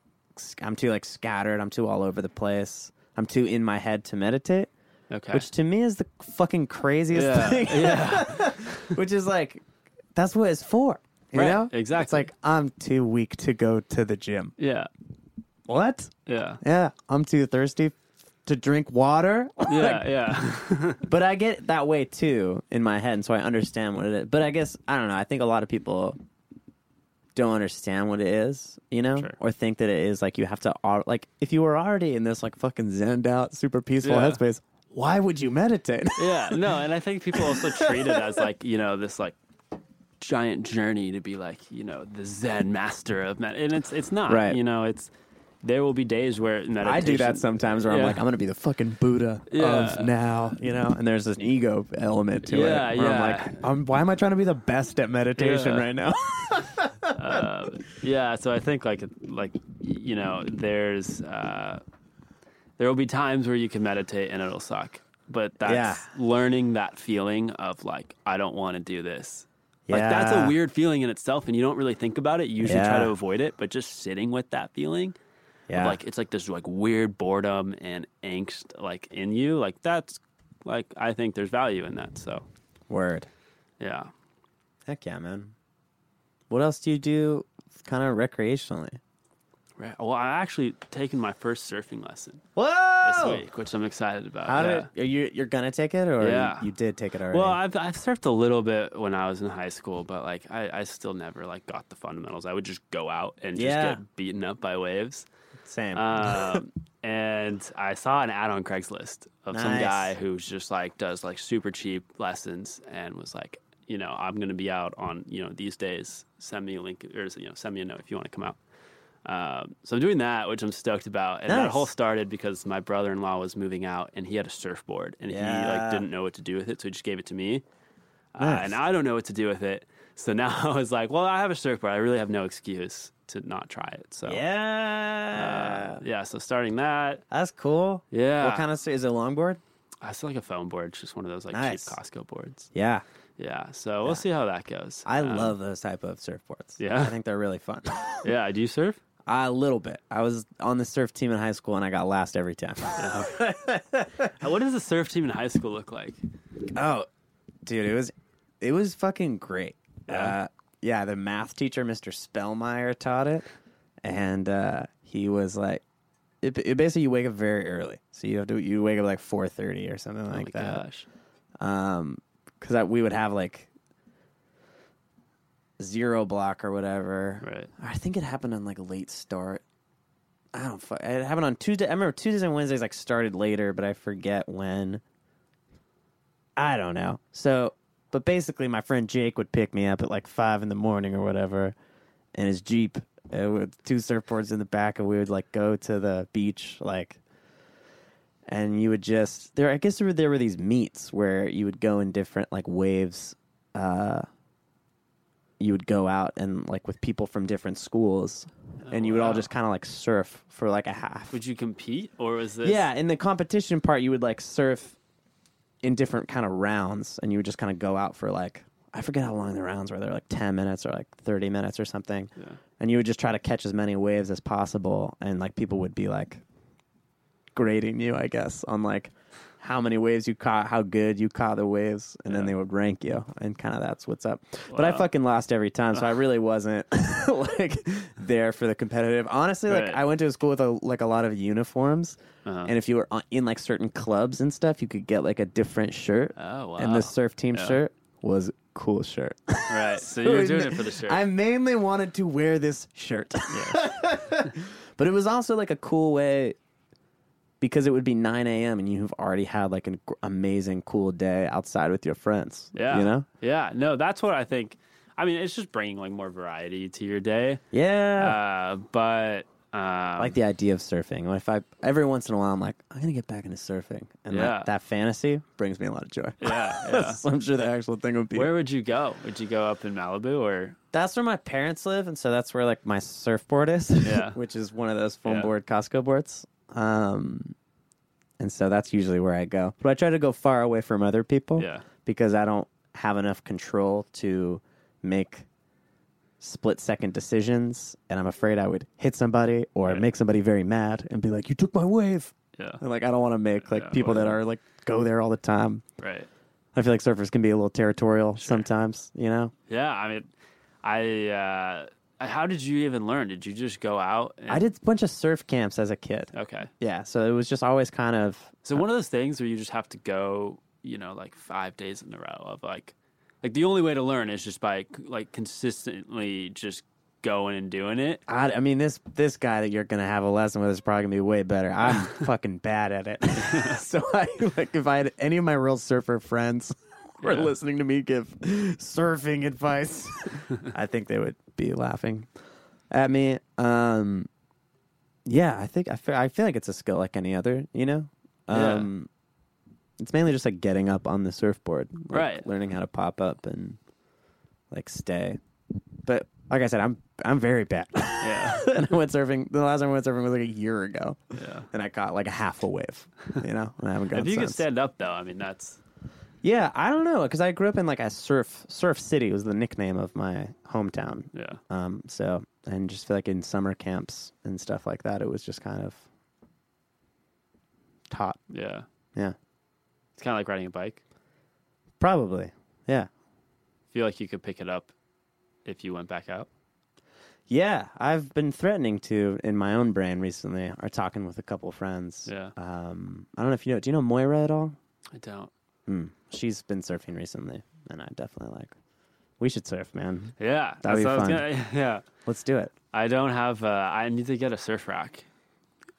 A: I'm too like scattered, I'm too all over the place, I'm too in my head to meditate,
C: okay,
A: which to me is the fucking craziest
C: yeah,
A: thing
C: yeah,
A: which is like that's what it's for you
C: Right,
A: know it's
C: exactly.
A: like i'm too weak to go to the gym
C: yeah,
A: what
C: yeah,
A: yeah i'm too thirsty to drink water
C: yeah, yeah.
A: but i get that way too in my head and so i understand what it is but i guess i don't know i think a lot of people don't understand what it is you know
C: Sure.
A: or think that it is like you have to al- like if you were already in this like fucking zenned out super peaceful
C: Yeah.
A: headspace why would you meditate
C: yeah, no, and I think people also treat it as like you know this like giant journey to be like you know the Zen master of men, and it's it's not.
A: Right.
C: You know, it's there will be days where meditation.
A: I do that sometimes where
C: Yeah.
A: I'm like, I'm going to be the fucking Buddha
C: Yeah.
A: of now, you know? And there's an ego element to
C: Yeah,
A: it. where
C: yeah.
A: I'm like, I'm, why am I trying to be the best at meditation
C: Yeah.
A: right now?
C: uh, yeah so i think like like you know there's uh there will be times where you can meditate and it'll suck but that's learning that feeling of like i don't want to do this like that's a
A: Yeah.
C: weird feeling in itself and you don't really think about it you usually try
A: Yeah.
C: to avoid it but just sitting with that feeling
A: yeah.
C: like it's like this like weird boredom and angst like in you like that's like i think there's value in that so
A: Word.
C: yeah
A: Heck yeah, man. What else do you do kind of recreationally?
C: Right. well i actually taken my first surfing lesson this
A: Whoa!
C: week which i'm excited about
A: Oh. How
C: yeah.
A: did, are you, you're going to take it or
C: Yeah.
A: you, you did take it already?
C: Well, I've I've surfed a little bit when I was in high school, but like I, I still never like got the fundamentals. I would just go out and just
A: Yeah.
C: get beaten up by waves.
A: Same.
C: Um, and I saw an ad on Craigslist of some
A: Nice.
C: guy who's just like does like super cheap lessons and was like, you know, I'm gonna be out on you know these days. Send me a link or you know send me a note if you want to come out. Um, so I'm doing that, which I'm stoked about. And that
A: Nice.
C: whole started because my brother-in-law was moving out and he had a surfboard and he like
A: Yeah.
C: didn't know what to do with it, so he just gave it to me. Uh,
A: Nice.
C: and I don't know what to do with it. So now I was like, well, I have a surfboard. I really have no excuse to not try it. So
A: yeah.
C: uh, yeah, so starting that.
A: that's cool.
C: Yeah.
A: What kind of, is it a longboard?
C: I still like a foam board, it's just one of those like
A: Nice.
C: cheap Costco boards.
A: Yeah.
C: Yeah, so we'll see how that goes.
A: I
C: Um,
A: love those type of surfboards.
C: Yeah.
A: I think they're really fun.
C: Yeah, do you surf?
A: A little bit. I was on the surf team in high school and I got last every time.
C: Uh, What does the surf team in high school look like?
A: oh, dude, it was it was fucking great.
C: Yeah?
A: Uh, yeah, the math teacher, Mr. Spellmeyer, taught it, and uh, he was like, it, it basically you wake up very early, so you have to you wake up like four thirty or something
C: oh
A: like
C: my
A: that.
C: gosh.
A: um because we would have like zero block or whatever
C: Right.
A: i think it happened on like late start i don't fu- it happened on tuesday i remember tuesdays and wednesdays like started later but i forget when i don't know so but basically my friend jake would pick me up at like five in the morning or whatever in his jeep uh, with two surfboards in the back and we would like go to the beach like and you would just there i guess there were, there were these meets where you would go in different like waves uh you would go out and like with people from different schools and you would all
C: Oh, wow.
A: just kind of like surf for like a half
C: Would you compete or was this
A: yeah in the competition part you would like surf in different kind of rounds and you would just kind of go out for like i forget how long the rounds were they're like 10 minutes or like 30 minutes or something
C: Yeah.
A: and you would just try to catch as many waves as possible and like people would be like grading you i guess on like how many waves you caught how good you caught the waves and then
C: Yeah.
A: they would rank you and kind of that's what's up but i
C: Wow.
A: fucking lost every time so i really wasn't like there for the competitive honestly like
C: Right.
A: i went to a school with a, like a lot of uniforms
C: Uh-huh.
A: and if you were on- in like certain clubs and stuff you could get like a different shirt
C: Oh wow.
A: and the surf team
C: Yeah.
A: shirt was cool shirt
C: Right. So you were doing it for the shirt.
A: I mainly wanted to wear this shirt. but it was also like a cool way because it would be 9 a.m. and you've already had like an gr- amazing, cool day outside with your friends.
C: yeah.
A: You know?
C: Yeah. No, that's what I think. I mean, it's just bringing like more variety to your day.
A: Yeah.
C: Uh, but um,
A: I like the idea of surfing. If I every once in a while, I'm like, I'm gonna get back into surfing, and like,
C: Yeah.
A: that fantasy brings me a lot of joy.
C: yeah, yeah.
A: So I'm sure the actual thing would be.
C: Where would you go? Would you go up in Malibu or
A: that's where my parents live, and so that's where like my surfboard is,
C: Yeah.
A: which is one of those foam
C: Yeah.
A: board Costco boards. Um, and so that's usually where I go. But I try to go far away from other people
C: Yeah.
A: because I don't have enough control to make split second decisions, and I'm afraid I would hit somebody or
C: Right.
A: make somebody very mad and be like, "You took my wave,"
C: yeah,
A: and like I don't want to make like
C: Yeah,
A: people that
C: well-
A: are like go there all the time.
C: right?
A: I feel like surfers can be a little territorial sometimes, you know.
C: Yeah, I mean, I. Uh, how did you even learn? Did you just go out? And,
A: I did a bunch of surf camps as a kid.
C: Okay,
A: Yeah, so it was just always kind of
C: so one of those things where you just have to go, you know, like five days in a row of like, like the only way to learn is just by like consistently just going and doing it.
A: I, I mean this this guy that you're gonna have a lesson with is probably gonna be way better. I'm fucking bad at it. so I like if I had any of my real surfer friends were
C: Yeah.
A: listening to me give surfing advice, I think they would be laughing at me. Um, yeah, I think I feel, I feel like it's a skill like any other, you know?
C: Yeah.
A: Um, It's mainly just like getting up on the surfboard, like,
C: Right.
A: Learning how to pop up and like stay. But like I said, I'm I'm very bad.
C: Yeah.
A: and I went surfing. The last time I went surfing was like a year ago,
C: yeah.
A: and I caught like a half a wave. You know, and I haven't gone
C: If you
A: since.
C: could stand up though, I mean that's
A: yeah, I don't know, because I grew up in like a surf surf city was the nickname of my hometown.
C: yeah.
A: Um, so and just feel like in summer camps and stuff like that, it was just kind of taught.
C: Yeah.
A: Yeah,
C: It's kind of like riding a bike.
A: probably. Yeah,
C: Feel like you could pick it up if you went back out.
A: yeah. I've been threatening to in my own brain recently, or talking with a couple friends.
C: Yeah.
A: Um, I don't know if you know. Do you know Moira at all?
C: I don't.
A: Hmm. She's been surfing recently, and I definitely like. We should surf, man.
C: Yeah.
A: That'd
C: that's
A: be
C: what I was
A: fun.
C: gonna- yeah.
A: Let's do it.
C: I don't have. Uh, I need to get a surf rack,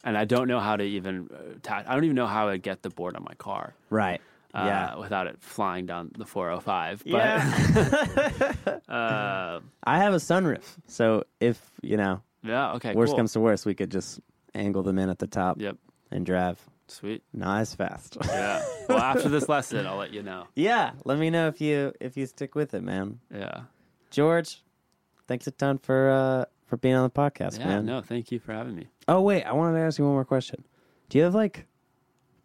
C: and I don't know how to even. Uh, ta- I don't even know how I get the board on my car.
A: Right.
C: Uh,
A: yeah.
C: Without it flying down the 405. But, uh,
A: I have a sunroof, so if you know,
C: yeah. Okay.
A: worst
C: cool.
A: comes to worst, we could just angle them in at the top
C: Yep.
A: and drive.
C: Sweet.
A: Not as fast.
C: Yeah. well, after this lesson, I'll let you know.
A: yeah. Let me know if you if you stick with it, man.
C: Yeah.
A: George, thanks a ton for uh for being on the podcast,
C: Yeah.
A: man.
C: No. Thank you for having me.
A: Oh wait, I wanted to ask you one more question. Do you have like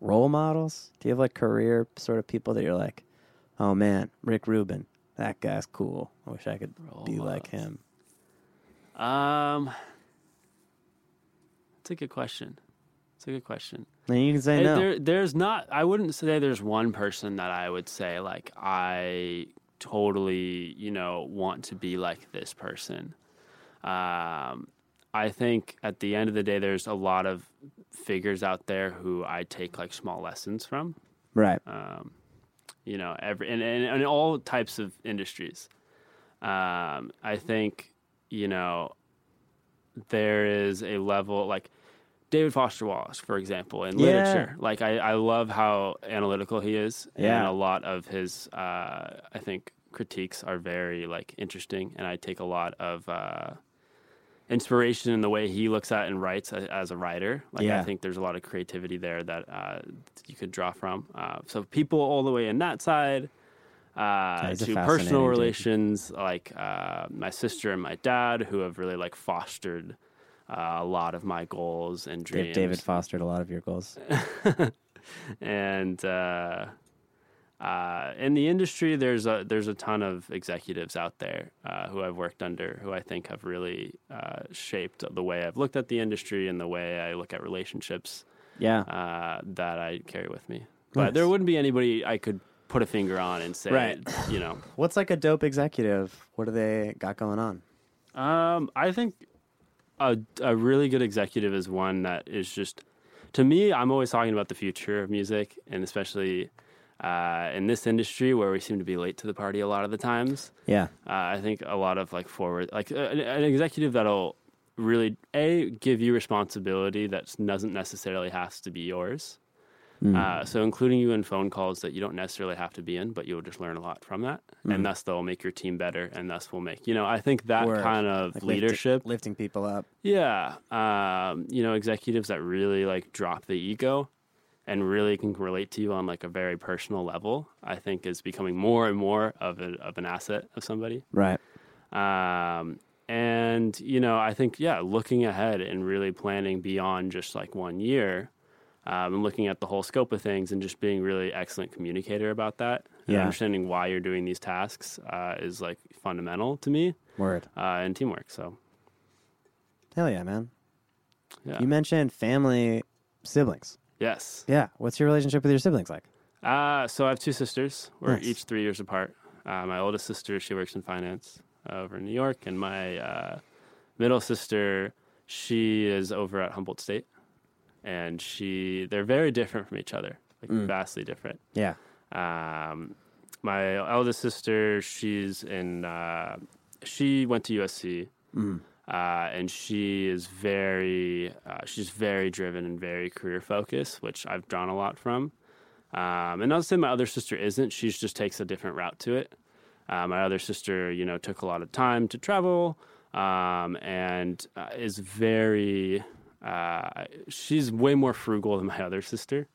A: role models? Do you have like career sort of people that you're like, oh man, Rick Rubin, that guy's cool. I wish I could
C: Role
A: be like
C: models.
A: him.
C: Um. It's a good question. It's a good question.
A: And you can say
C: Hey,
A: no.
C: There, there's not. I wouldn't say there's one person that I would say like I totally, you know, want to be like this person. Um, I think at the end of the day, there's a lot of figures out there who I take like small lessons from.
A: Right.
C: Um, you know, every and, and, and all types of industries. Um, I think you know there is a level like David Foster Wallace, for example, in
A: Yeah.
C: literature. Like I, I love how analytical he is, and
A: Yeah.
C: a lot of his, uh, I think, critiques are very like interesting, and I take a lot of uh, inspiration in the way he looks at and writes a, as a writer. Like I
A: Yeah.
C: think there's a lot of creativity there that uh, you could draw from. Uh, so people all the way in that side uh,
A: he's a
C: to
A: fascinating
C: personal
A: dude.
C: relations, like uh, my sister and my dad, who have really like fostered uh, a lot of my goals and
A: Dave-
C: dreams.
A: David fostered a lot of your goals.
C: and uh, uh, in the industry, there's a there's a ton of executives out there uh, who I've worked under, who I think have really uh, shaped the way I've looked at the industry and the way I look at relationships
A: Yeah.
C: uh, that I carry with me. But
A: Nice.
C: there wouldn't be anybody I could put a finger on and say,
A: Right.
C: you know.
A: What's like a dope executive? What do they got going on?
C: Um, I think a, a really good executive is one that is just, to me, I'm always talking about the future of music, and especially uh, in this industry where we seem to be late to the party a lot of the times.
A: Yeah.
C: Uh, I think a lot of like forward, like uh, an, an executive that'll really a give you responsibility that doesn't necessarily has to be
A: Mm.
C: yours.
A: Mm-hmm.
C: Uh, so including you in phone calls that you don't necessarily have to be in, but you'll just learn a lot from that,
A: Mm-hmm.
C: and thus they'll make your team better, and thus will make you know. I think that
A: Word.
C: kind of
A: Like lifti-
C: leadership,
A: lifting people up.
C: yeah, um, you know, executives that really like drop the ego and really can relate to you on like a very personal level, I think is becoming more and more of a, of an asset of somebody.
A: Right.
C: Um, and you know, I think yeah, looking ahead and really planning beyond just like one year, um, and looking at the whole scope of things, and just being really excellent communicator about that, and
A: Yeah.
C: understanding why you're doing these tasks uh, is like fundamental to me
A: Word.
C: uh, in teamwork. So
A: Hell yeah, man.
C: yeah,
A: You mentioned family siblings.
C: yes.
A: Yeah. What's your relationship with your siblings like?
C: Uh, so I have two sisters. We're
A: Nice.
C: each three years apart. Uh, my oldest sister, she works in finance over in New York, and my uh, middle sister, she is over at Humboldt State, and she they're very different from each other, like vastly different.
A: Yeah.
C: Um, my eldest sister, she's in, uh, she went to USC, uh, and she is very, uh, she's very driven and very career focused, which I've drawn a lot from. Um, and not to say my other sister isn't; she just takes a different route to it. Uh, my other sister, you know, took a lot of time to travel um, and uh, is very uh, she's way more frugal than my other sister,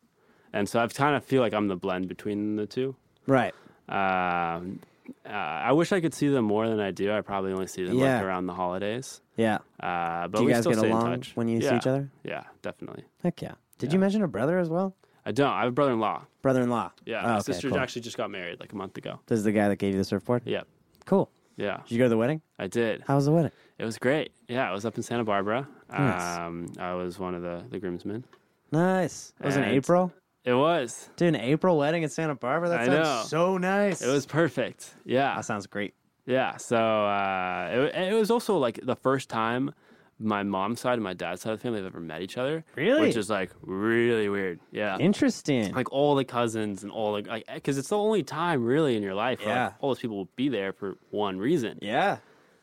C: and so I've kind of feel like I'm the blend between the two.
A: Right.
C: Um, uh, I wish I could see them more than I do. I probably only see them
A: Yeah.
C: like around the holidays.
A: Yeah.
C: Uh, but
A: Do you
C: we
A: guys
C: still
A: get
C: stay in
A: along
C: touch.
A: when you see
C: Yeah.
A: each other?
C: Yeah, definitely.
A: Heck yeah. Did
C: Yeah.
A: you mention a brother as well?
C: I don't. I have a brother-in-law.
A: Brother-in-law.
C: Yeah,
A: Oh,
C: my
A: okay,
C: sister
A: cool.
C: actually just got married like a month ago.
A: This is the guy that gave you the surfboard.
C: Yeah,
A: Cool.
C: yeah,
A: Did you go to the wedding?
C: I did.
A: How was the wedding?
C: It was great. Yeah, I was up in Santa Barbara.
A: Nice.
C: Um, I was one of the the groomsmen.
A: Nice. It was in
C: And-
A: April.
C: It was.
A: Dude, an April wedding in Santa Barbara. That
C: I
A: sounds
C: know.
A: so nice.
C: It was perfect. Yeah.
A: That sounds great.
C: Yeah. So uh, it, it was also like the first time my mom's side and my dad's side of the family have ever met each other.
A: Really?
C: Which is like really weird. Yeah.
A: Interesting.
C: like all the cousins and all the, like, because it's the only time really in your life where like,
A: Yeah.
C: all those people will be there for one reason.
A: yeah.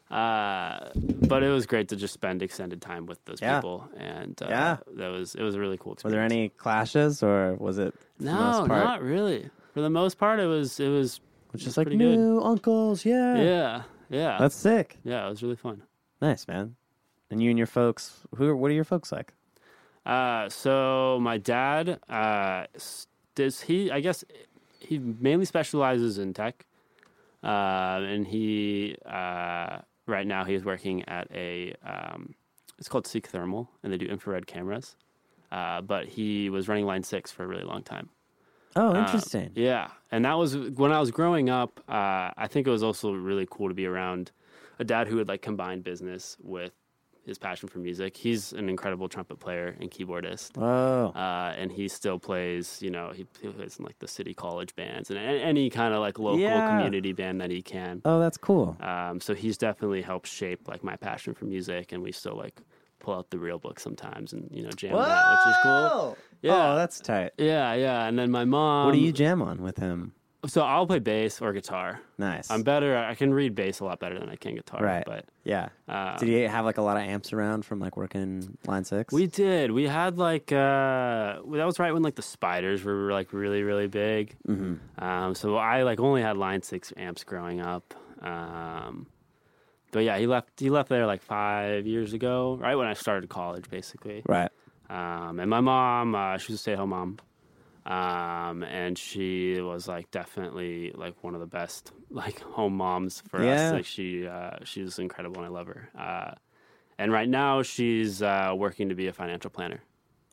C: Uh, but it was great to just spend extended time with those
A: Yeah.
C: people. And uh,
A: Yeah.
C: that was, it was a really cool
A: Were
C: experience.
A: there any clashes or was it? for the
C: No,
A: most part,
C: not really. For the most part, it was, it was
A: Which
C: it was
A: is like
C: pretty good.
A: new uncles. Yeah.
C: Yeah. Yeah.
A: That's sick.
C: yeah. It was really fun.
A: Nice, man. And you and your folks, who are, what are your folks like?
C: Uh, so my dad, uh, s- does he? I guess he mainly specializes in tech, uh, and he uh, right now he's working at a um, it's called Seek Thermal, and they do infrared cameras. Uh, but he was running Line Six for a really long time.
A: Oh,
C: Uh,
A: interesting.
C: yeah, and that was when I was growing up. Uh, I think it was also really cool to be around a dad who would like combine business with his passion for music. He's an incredible trumpet player and keyboardist
A: Oh,
C: uh, and he still plays. You know, he, he plays in like the city college bands and a- any kind of like local
A: Yeah.
C: community band that he can.
A: oh, that's cool.
C: Um, so he's definitely helped shape like my passion for music, and we still like pull out the real book sometimes and you know jam that, which is cool.
A: Whoa!
C: Yeah. Um,
A: Oh, that's tight.
C: Yeah, yeah. And then my mom.
A: what do you jam on with him?
C: So I'll play bass or guitar.
A: Nice.
C: I'm better. I can read bass a lot better than I can guitar.
A: Right.
C: But
A: yeah.
C: uh,
A: Did he have like a lot of amps around from like working line six?
C: We did. We had like uh well, that was right when like the spiders were like really really big. Mm-hmm. Um, so I like only had line six amps growing up. Um, but yeah, he left. He left there like five years ago, right when I started college, basically.
A: right.
C: Um, and my mom, uh, she was a stay at home mom. Um, and she was like definitely like one of the best like home moms for
A: Yeah.
C: us. Like she, uh, she's incredible and I love her. Uh, and right now she's, uh, working to be a financial planner.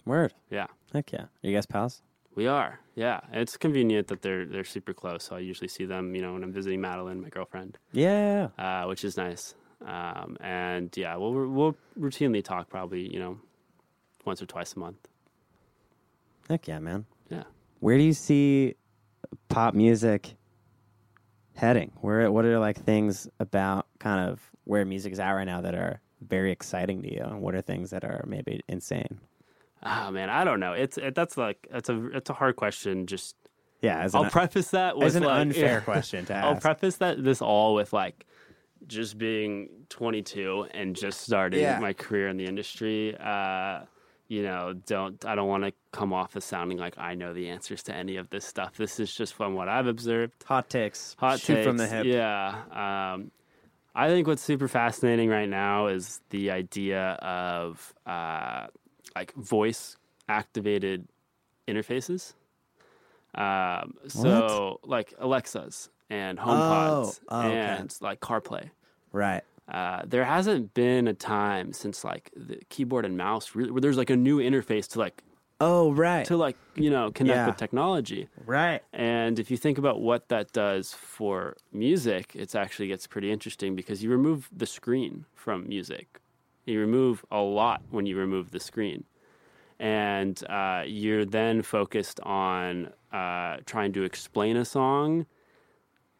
A: Word.
C: Yeah,
A: Heck yeah. Are you guys pals?
C: we are. Yeah. It's convenient that they're, they're super close. So I usually see them, you know, when I'm visiting Madeline, my girlfriend,
A: Yeah.
C: uh, which is nice. Um, and yeah, we'll, we'll routinely talk probably, you know, once or twice a month.
A: Heck yeah, man.
C: Yeah.
A: Where do you see pop music heading? Where what are like things about kind of where music is at right now that are very exciting to you, and what are things that are maybe insane?
C: Ah man, I don't know. It's it, that's like that's a it's a hard question. Just
A: Yeah, as
C: I'll
A: an,
C: preface that with
A: as an
C: like,
A: unfair
C: yeah.
A: question to
C: I'll
A: ask.
C: preface that this all with like just being 22 and just starting
A: Yeah.
C: my career in the industry. Uh, you know, don't I don't want to come off as sounding like I know the answers to any of this stuff. This is just from what I've observed
A: Hot takes,
C: hot
A: shoot
C: takes,
A: from the hip.
C: Yeah. Um, I think what's super fascinating right now is the idea of uh, like voice activated interfaces. Um, so like Alexas and HomePods
A: Oh, okay.
C: and like CarPlay.
A: Right.
C: Uh, there hasn't been a time since like the keyboard and mouse really where there's like a new interface to like
A: Oh, right.
C: to like you know connect
A: Yeah.
C: with technology.
A: right.
C: And if you think about what that does for music, it actually gets pretty interesting because you remove the screen from music. You remove a lot when you remove the screen. And uh, you're then focused on uh, trying to explain a song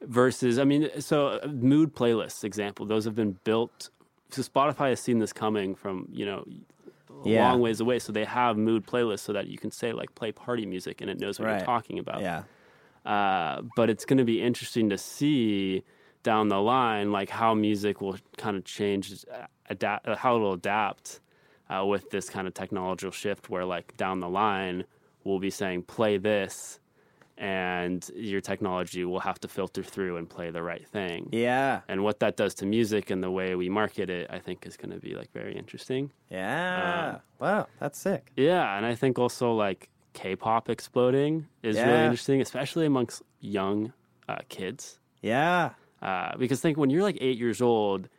C: versus, I mean, so uh, mood playlists, example, those have been built. So Spotify has seen this coming from, you know, a
A: Yeah.
C: long ways away. So they have mood playlists so that you can say, like, play party music and it knows what
A: Right.
C: you're talking about.
A: Yeah.
C: Uh, but it's going to be interesting to see down the line, like how music will kind of change, uh, adapt, uh, how it'll adapt uh, with this kind of technological shift, where like down the line we'll be saying play this, and your technology will have to filter through and play the right thing.
A: Yeah.
C: And what that does to music and the way we market it, I think, is going to be like very interesting.
A: Yeah. Uh, wow, that's sick.
C: Yeah, and I think also like K-pop exploding is really
A: Yeah.
C: interesting, especially amongst young uh, kids.
A: Yeah.
C: Uh, because think when you're like eight years old,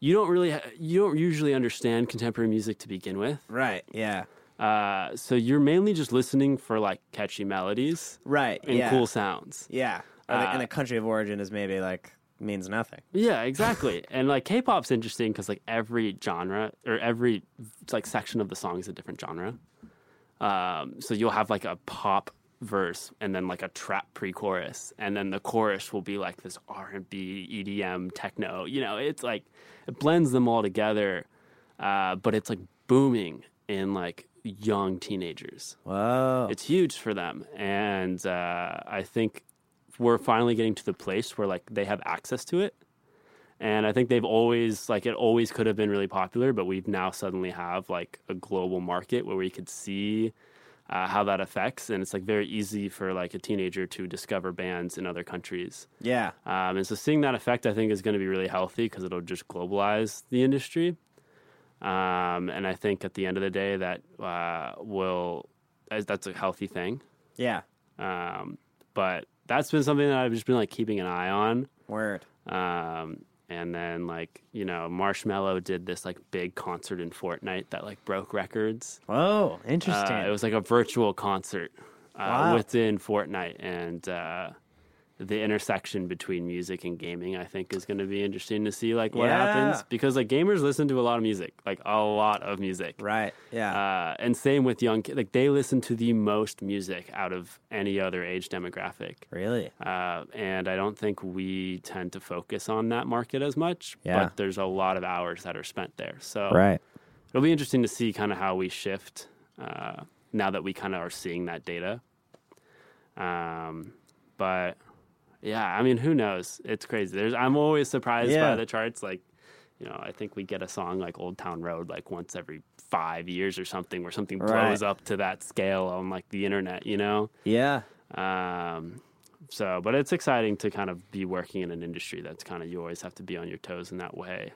C: you don't really ha- you don't usually understand contemporary music to begin with.
A: Right. Yeah.
C: Uh, so you're mainly just listening for like catchy melodies
A: Right.
C: and
A: yeah.
C: cool sounds.
A: Yeah. Or the-
C: Uh,
A: and the country of origin is maybe like means nothing.
C: Yeah, exactly. and like K-pop's interesting because like every genre or every like section of the song is a different genre. Um, so you'll have like a pop verse and then like a trap pre-chorus, and then the chorus will be like this R and B, EDM, techno. You know, it's like it blends them all together, uh, but it's like booming in like young teenagers.
A: Whoa.
C: It's huge for them, and uh, I think we're finally getting to the place where like they have access to it. And I think they've always like it always could have been really popular, but we've now suddenly have like a global market where we could see uh, how that affects, and it's like very easy for like a teenager to discover bands in other countries.
A: yeah.
C: Um, and so seeing that effect, I think, is going to be really healthy because it'll just globalize the industry. Um, and I think at the end of the day, that uh, will as- that's a healthy thing.
A: Yeah.
C: Um, but that's been something that I've just been like keeping an eye on.
A: Word.
C: Um, and then like you know, Marshmello did this like big concert in Fortnite that like broke records.
A: Whoa.
C: Uh,
A: Interesting.
C: it was like a virtual concert uh,
A: Wow.
C: within Fortnite, and uh, the intersection between music and gaming, I think, is going to be interesting to see like what
A: Yeah.
C: happens because like gamers listen to a lot of music, like a lot of music,
A: right. Yeah.
C: uh, and same with young kids, like they listen to the most music out of any other age demographic.
A: really.
C: Uh, and I don't think we tend to focus on that market as much,
A: Yeah.
C: but there's a lot of hours that are spent there. So
A: Right.
C: it'll be interesting to see kind of how we shift uh, now that we kind of are seeing that data. Um, but yeah, I mean, who knows? It's crazy. There's, I'm always surprised
A: Yeah.
C: by the charts. Like, you know, I think we get a song like Old Town Road like once every five years or something, where something
A: Right.
C: blows up to that scale on like the internet. You know.
A: Yeah.
C: Um, so, but it's exciting to kind of be working in an industry that's kind of you always have to be on your toes in that way.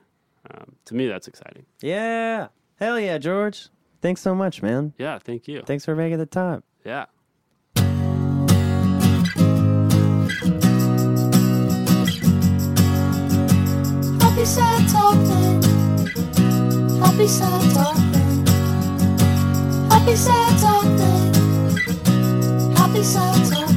C: Um, to me, that's exciting.
A: Yeah. Hell yeah, George. Thanks so much, man.
C: Yeah, thank you.
A: Thanks for making the time.
C: Yeah.
B: Happy sad talking. Happy sad talking. Happy sad talking. Happy sad talking.